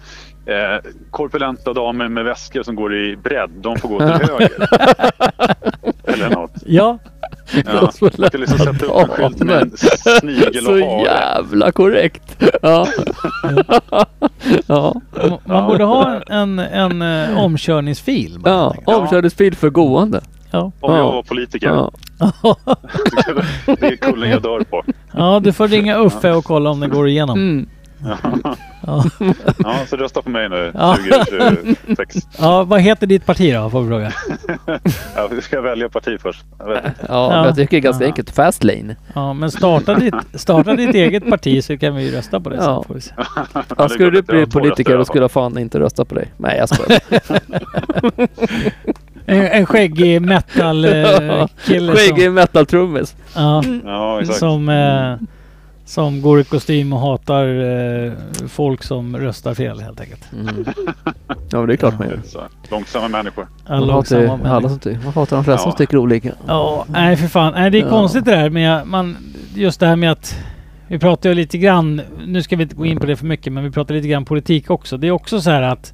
eh, korpulenta damer med väskor som går i bredd de får gå till höger. Eller något.
Ja,
Ja. Jag skulle liksom sätta upp en skylt med en snigel
Så
och hare.
jävla korrekt! Ja. ja.
ma- man borde ha en, en, eh, omkörningsfil. bara, helt
ja.
enkelt.
Omkörningsfil för gående.
ja.
Om jag
Ja.
var politiker.
Ja.
det är kullen jag dör på.
Ja, du får ringa Uffe och kolla om det går igenom.
Mm.
Ja.
Ja, så rösta på mig nu
Ja.
2026.
ja, vad heter ditt parti då? Får vi fråga.
Ja, vi ska välja parti först. Jag vet inte.
Ja, men
Ja.
jag tycker det är ganska
Ja.
enkelt. Fast lane.
Ja, men starta ditt, starta ditt eget parti så kan vi ju rösta på det
Ja.
sen. Får vi se.
Ja, skulle du
Jag har
bli
två
politiker då
röster i
skulle
alla
jag fan inte rösta på dig. Nej jag skojar.
En, en skäggig
Ja,
metal-kille
Skäggig Mm. metal-trummis.
ja,
fall. Ja, exakt.
som, eh, som går i kostym och hatar eh, folk som röstar fel helt enkelt.
Mm. Ja men det är klart man gör.
Så, långsamma människor.
Alla
Man
och
hatar,
samma
ju- alla
människor.
som tycker, man hatar de flesta som
Ja.
tycker olika.
Ja, nej för fan. Nej, det är
Ja.
konstigt det där med man, just det här med att vi pratar ju lite grann, nu ska vi inte gå in på det för mycket, men vi pratar lite grann politik också. Det är också så här att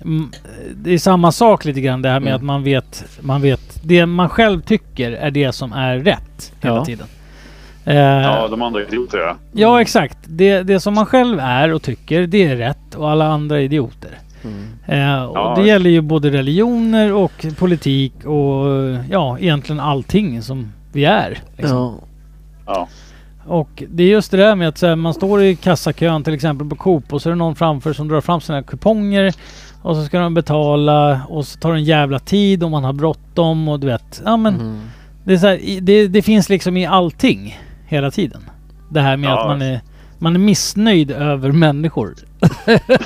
mm, det är samma sak lite grann det här med
Mm.
att man vet, man vet, det man själv tycker är det som är rätt hela
Ja.
tiden. Eh,
Äh.
Ja,
ja.
de andra är idioter ja.
Mm.
exakt. Det, det som man själv är och tycker, det är rätt och alla andra är idioter.
Mm.
Eh, och
Ja.
Det gäller ju både religioner och politik och eh, ja, egentligen allting som vi är. Liksom.
Ja.
ja.
Och det är just det där med att så här, man står i kassakön till exempel på Coop och så är det någon framför som drar fram sina kuponger och så ska de betala och så tar det en jävla tid om man har bråttom och du vet. Ja men
Mm.
det, är så här, i- det, det finns liksom i allting hela tiden. Det här med
Ja.
att man är, man är missnöjd över människor.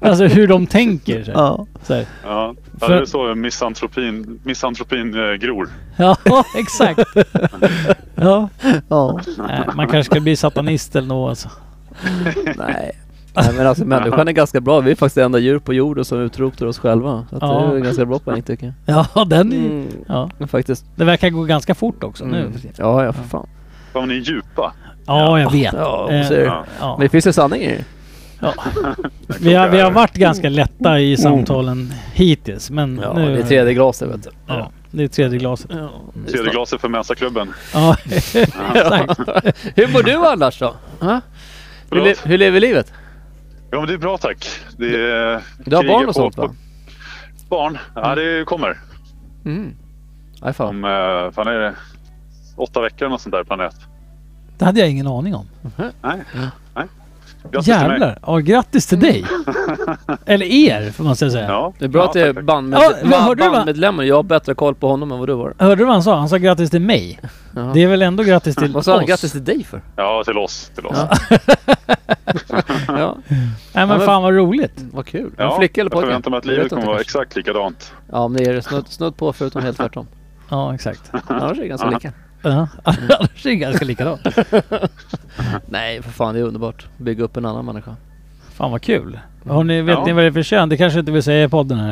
alltså hur de tänker. Så här.
Ja.
Så här.
ja. ja
För-
det är så misantropin, misantropin eh, gror.
Ja, exakt. ja.
ja.
Nej,
Äh,
man kanske ska bli satanist eller något alltså.
Nej. Nej men alltså människan är ganska bra. Vi är faktiskt det enda djur på jorden som utrotar oss själva. Så att
Ja.
det är ganska bra poäng tycker jag.
Ja, den är ju...
Mm.
Ja,
Faktiskt.
det verkar gå ganska fort också
Mm.
nu.
Ja, ja för fan.
Fan, ni är djupa.
Ja, jag vet.
Ja,
Eh,
och så är det.
Ja.
ja.
Men det finns ju sanning i det.
Vi, har, vi har varit ganska lätta i samtalen hittills, men
Mm. Ja,
nu...
det är tredje glaset vet du.
Ja, det är tredje glaset.
Ja. det är
Tredje
snart.
glaset för Mensaklubben.
Ja, exakt.
Hur mår du annars då? Ha? Hur, le-
Förlåt?
hur lever livet?
Ja, men det är bra tack. Det är,
Du har
krig är
barn och
på-
sånt va?
på- Barn? Ja, det kommer.
Mm. Nej fan.
Om, eh, fan är det? Åtta veckor eller något sånt där planet.
Det hade jag ingen aning om.
Nej. Nej. Grattis till mig.
Jävlar! Ja, grattis till dig! Eller er, får man säga säga.
Ja.
Det är bra
ja,
att det är
tack, tack.
bandmed...
Ja, vad
ba-
hörde du, va?
bandmedlemmar. Jag har bättre koll på honom än vad du har.
Hörde du vad han sa? Han sa grattis till mig.
Jaha.
Det är väl ändå grattis till
Vad sa han?
oss?
Grattis till dig för?
Ja, till oss. Till oss.
Ja. Ja,
Nej
Ja,
men
men-
fan vad roligt.
vad kul.
Ja,
en flicka eller
Jag
pojke?
förväntar mig att
Jag
livet
vet
kommer
inte
vara
kanske.
exakt likadant.
Ja, men det är snudd, snudd på förutom helt tvärtom.
Ja exakt.
Annars är det ganska
Ja.
lika.
Ja. Annars är det ganska likadant.
Nej, för fan det är underbart. Bygga upp en annan människa.
Fan vad kul. Har ni, vet
Ja.
ni vad det är för kön? Det kanske inte vill säga i podden här.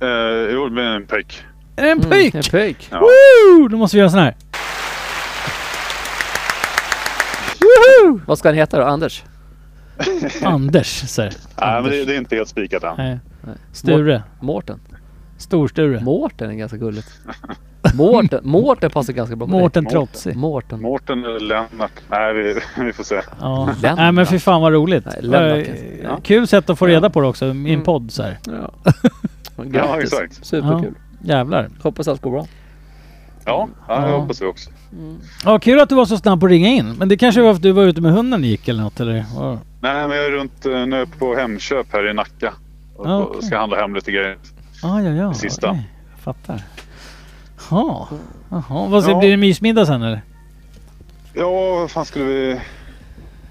Eh, jo, det blir en pöjk.
Är det en
Mm,
pöjk?
En pöjk!
Ja.
Woo! Då måste vi göra en sån här. Woho!
Vad ska han heta då? Anders?
Anders säger
Nej, men det, det är inte helt spikat än.
Nej. Sture.
Mårten?
Stor-Sture.
Mårten är ganska gulligt. Mårten, Mårten passar ganska bra på dig.
Mårten
Mårten.
Trotsig.
Mårten.
Mårten eller Lennart? Nej, vi, vi får se.
Ja.
Lennart.
Nej men fy fan vad roligt.
Nej, Lennart
Eh,
kanske. Ja. Mm.
Kul sätt att få reda på det också i en podd så här.
Ja. Grattis.
Ja, exakt.
Superkul.
Jävlar.
Hoppas allt går bra.
Ja, ja
Ja.
jag hoppas det också.
Ja, kul att du var så snabb på att ringa in. Men det kanske var för att du var ute med hunden och gick eller något eller? Ja.
Nej, men jag är runt eh, nu på Hemköp här i Nacka. Och,
Ah,
och
okej.
ska handla hem lite grejer.
Ah, ja, ja.
Sista.
okej. Jag fattar. Ja. Jaha. Vad ska,
Ja.
blir det mysmiddag sen eller?
Ja, vad fan skulle vi...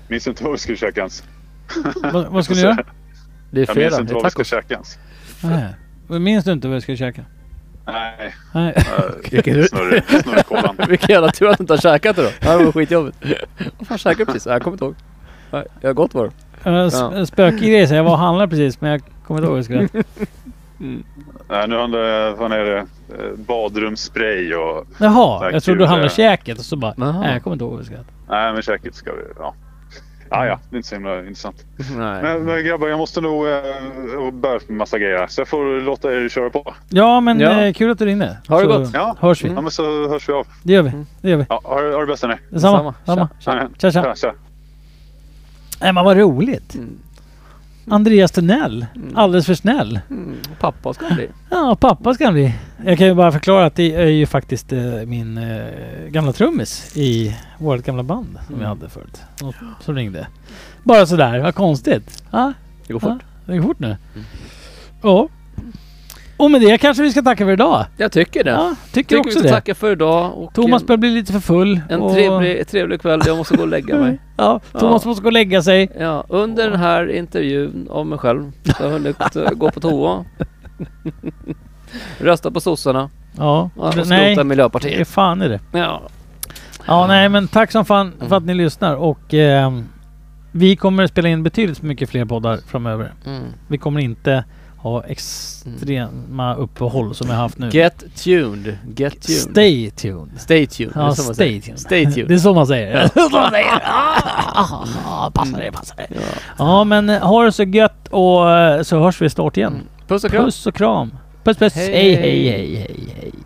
Minns inte vad vi skulle käka ens.
Vad, vad ska ni göra?
Det är
Jag minns
fredag.
inte
Det är
vad vi ska
tacos.
käka ens.
Nej. Minns du inte vad du ska käka?
Nej,
Nej.
eh, snurrig- snurrkolan.
Vilken jävla tur att du inte har käkat det då. Det här var skitjobbigt. Vad fan käkade du precis? Jag kommer inte ihåg. Nej, Jag har gått var det.
Ja.
Ja.
Spökig grej så Jag var och handlade precis men jag kommer inte ihåg vad jag skulle äta.
Nej, nu handlar jag... Vad är det? Eh, Badrumsspray och...
Jaha.
Tack,
Jag trodde du
kul.
handlade käket och så bara.
Jaha.
Nej, jag kommer inte ihåg vad jag ska äta.
Nej, men käket ska vi... Ja. Ah, ja, det är inte så himla intressant.
Nej.
Men, men grabbar, jag måste nog eh, och bära på en massa grejer här. Så jag får låta er köra på.
Ja men
Ja.
Eh, kul att du ringde.
Ha det
så
gott. Mm.
Ja.
Hörs vi.
Ja, men så hörs vi av.
Det gör vi. Det gör vi.
Ja, ha, det- ha det bäst hörni.
Detsamma. Detsamma.
Tja.
Ja,
Tja, tja.
tja.
Nej men vad roligt.
Mm.
Andreas Tunnell. Alldeles för snäll.
Mm. Pappa ska han bli.
Ja, pappa ska han bli. Jag kan ju bara förklara att det är ju faktiskt eh, min eh, gamla trummis i vårt gamla band som
Mm.
vi hade förut. Som, som ringde. Bara sådär, vad konstigt. Ja,
Det går fort.
det går fort nu.
Mm.
Ja. Och med det kanske vi ska tacka för idag.
Jag tycker det.
Ja, tycker,
tycker
också
vi
det.
ska tacka för idag. Och
Thomas
en-
börjar bli lite för full.
En
och-
trevlig, trevlig kväll, jag måste gå och lägga mig.
Ja, Thomas
Ja.
måste gå och lägga sig.
Ja, under den här intervjun av mig själv så har jag hunnit eh, gå på toa. Rösta på sossarna
Ja,
ja, och
nej.
skrota
Det är
Miljöpartiet.
fan i det.
Ja, Mm.
Ja, nej men tack som fan för att ni lyssnar och ehm, vi kommer spela in betydligt mycket fler poddar framöver.
mm.
Vi kommer inte ha extrema uppehåll som jag haft nu.
Mm. Get tuned. Get tuned.
Stay tuned.
Stay tuned.
Ja,
det är så man säger.
stay tuned.
Stay
Det är
tuned.
så man säger. Det är så man säger. Ah, ah, Passa
Mm.
dig, passa dig.
Ja.
Ja men eh, ha det så gött och eh, så hörs vi snart igen.
Puss och Mm. kram.
Puss och kram. Puss puss.
Hej,
Hej
hej.
hej hej hej hej.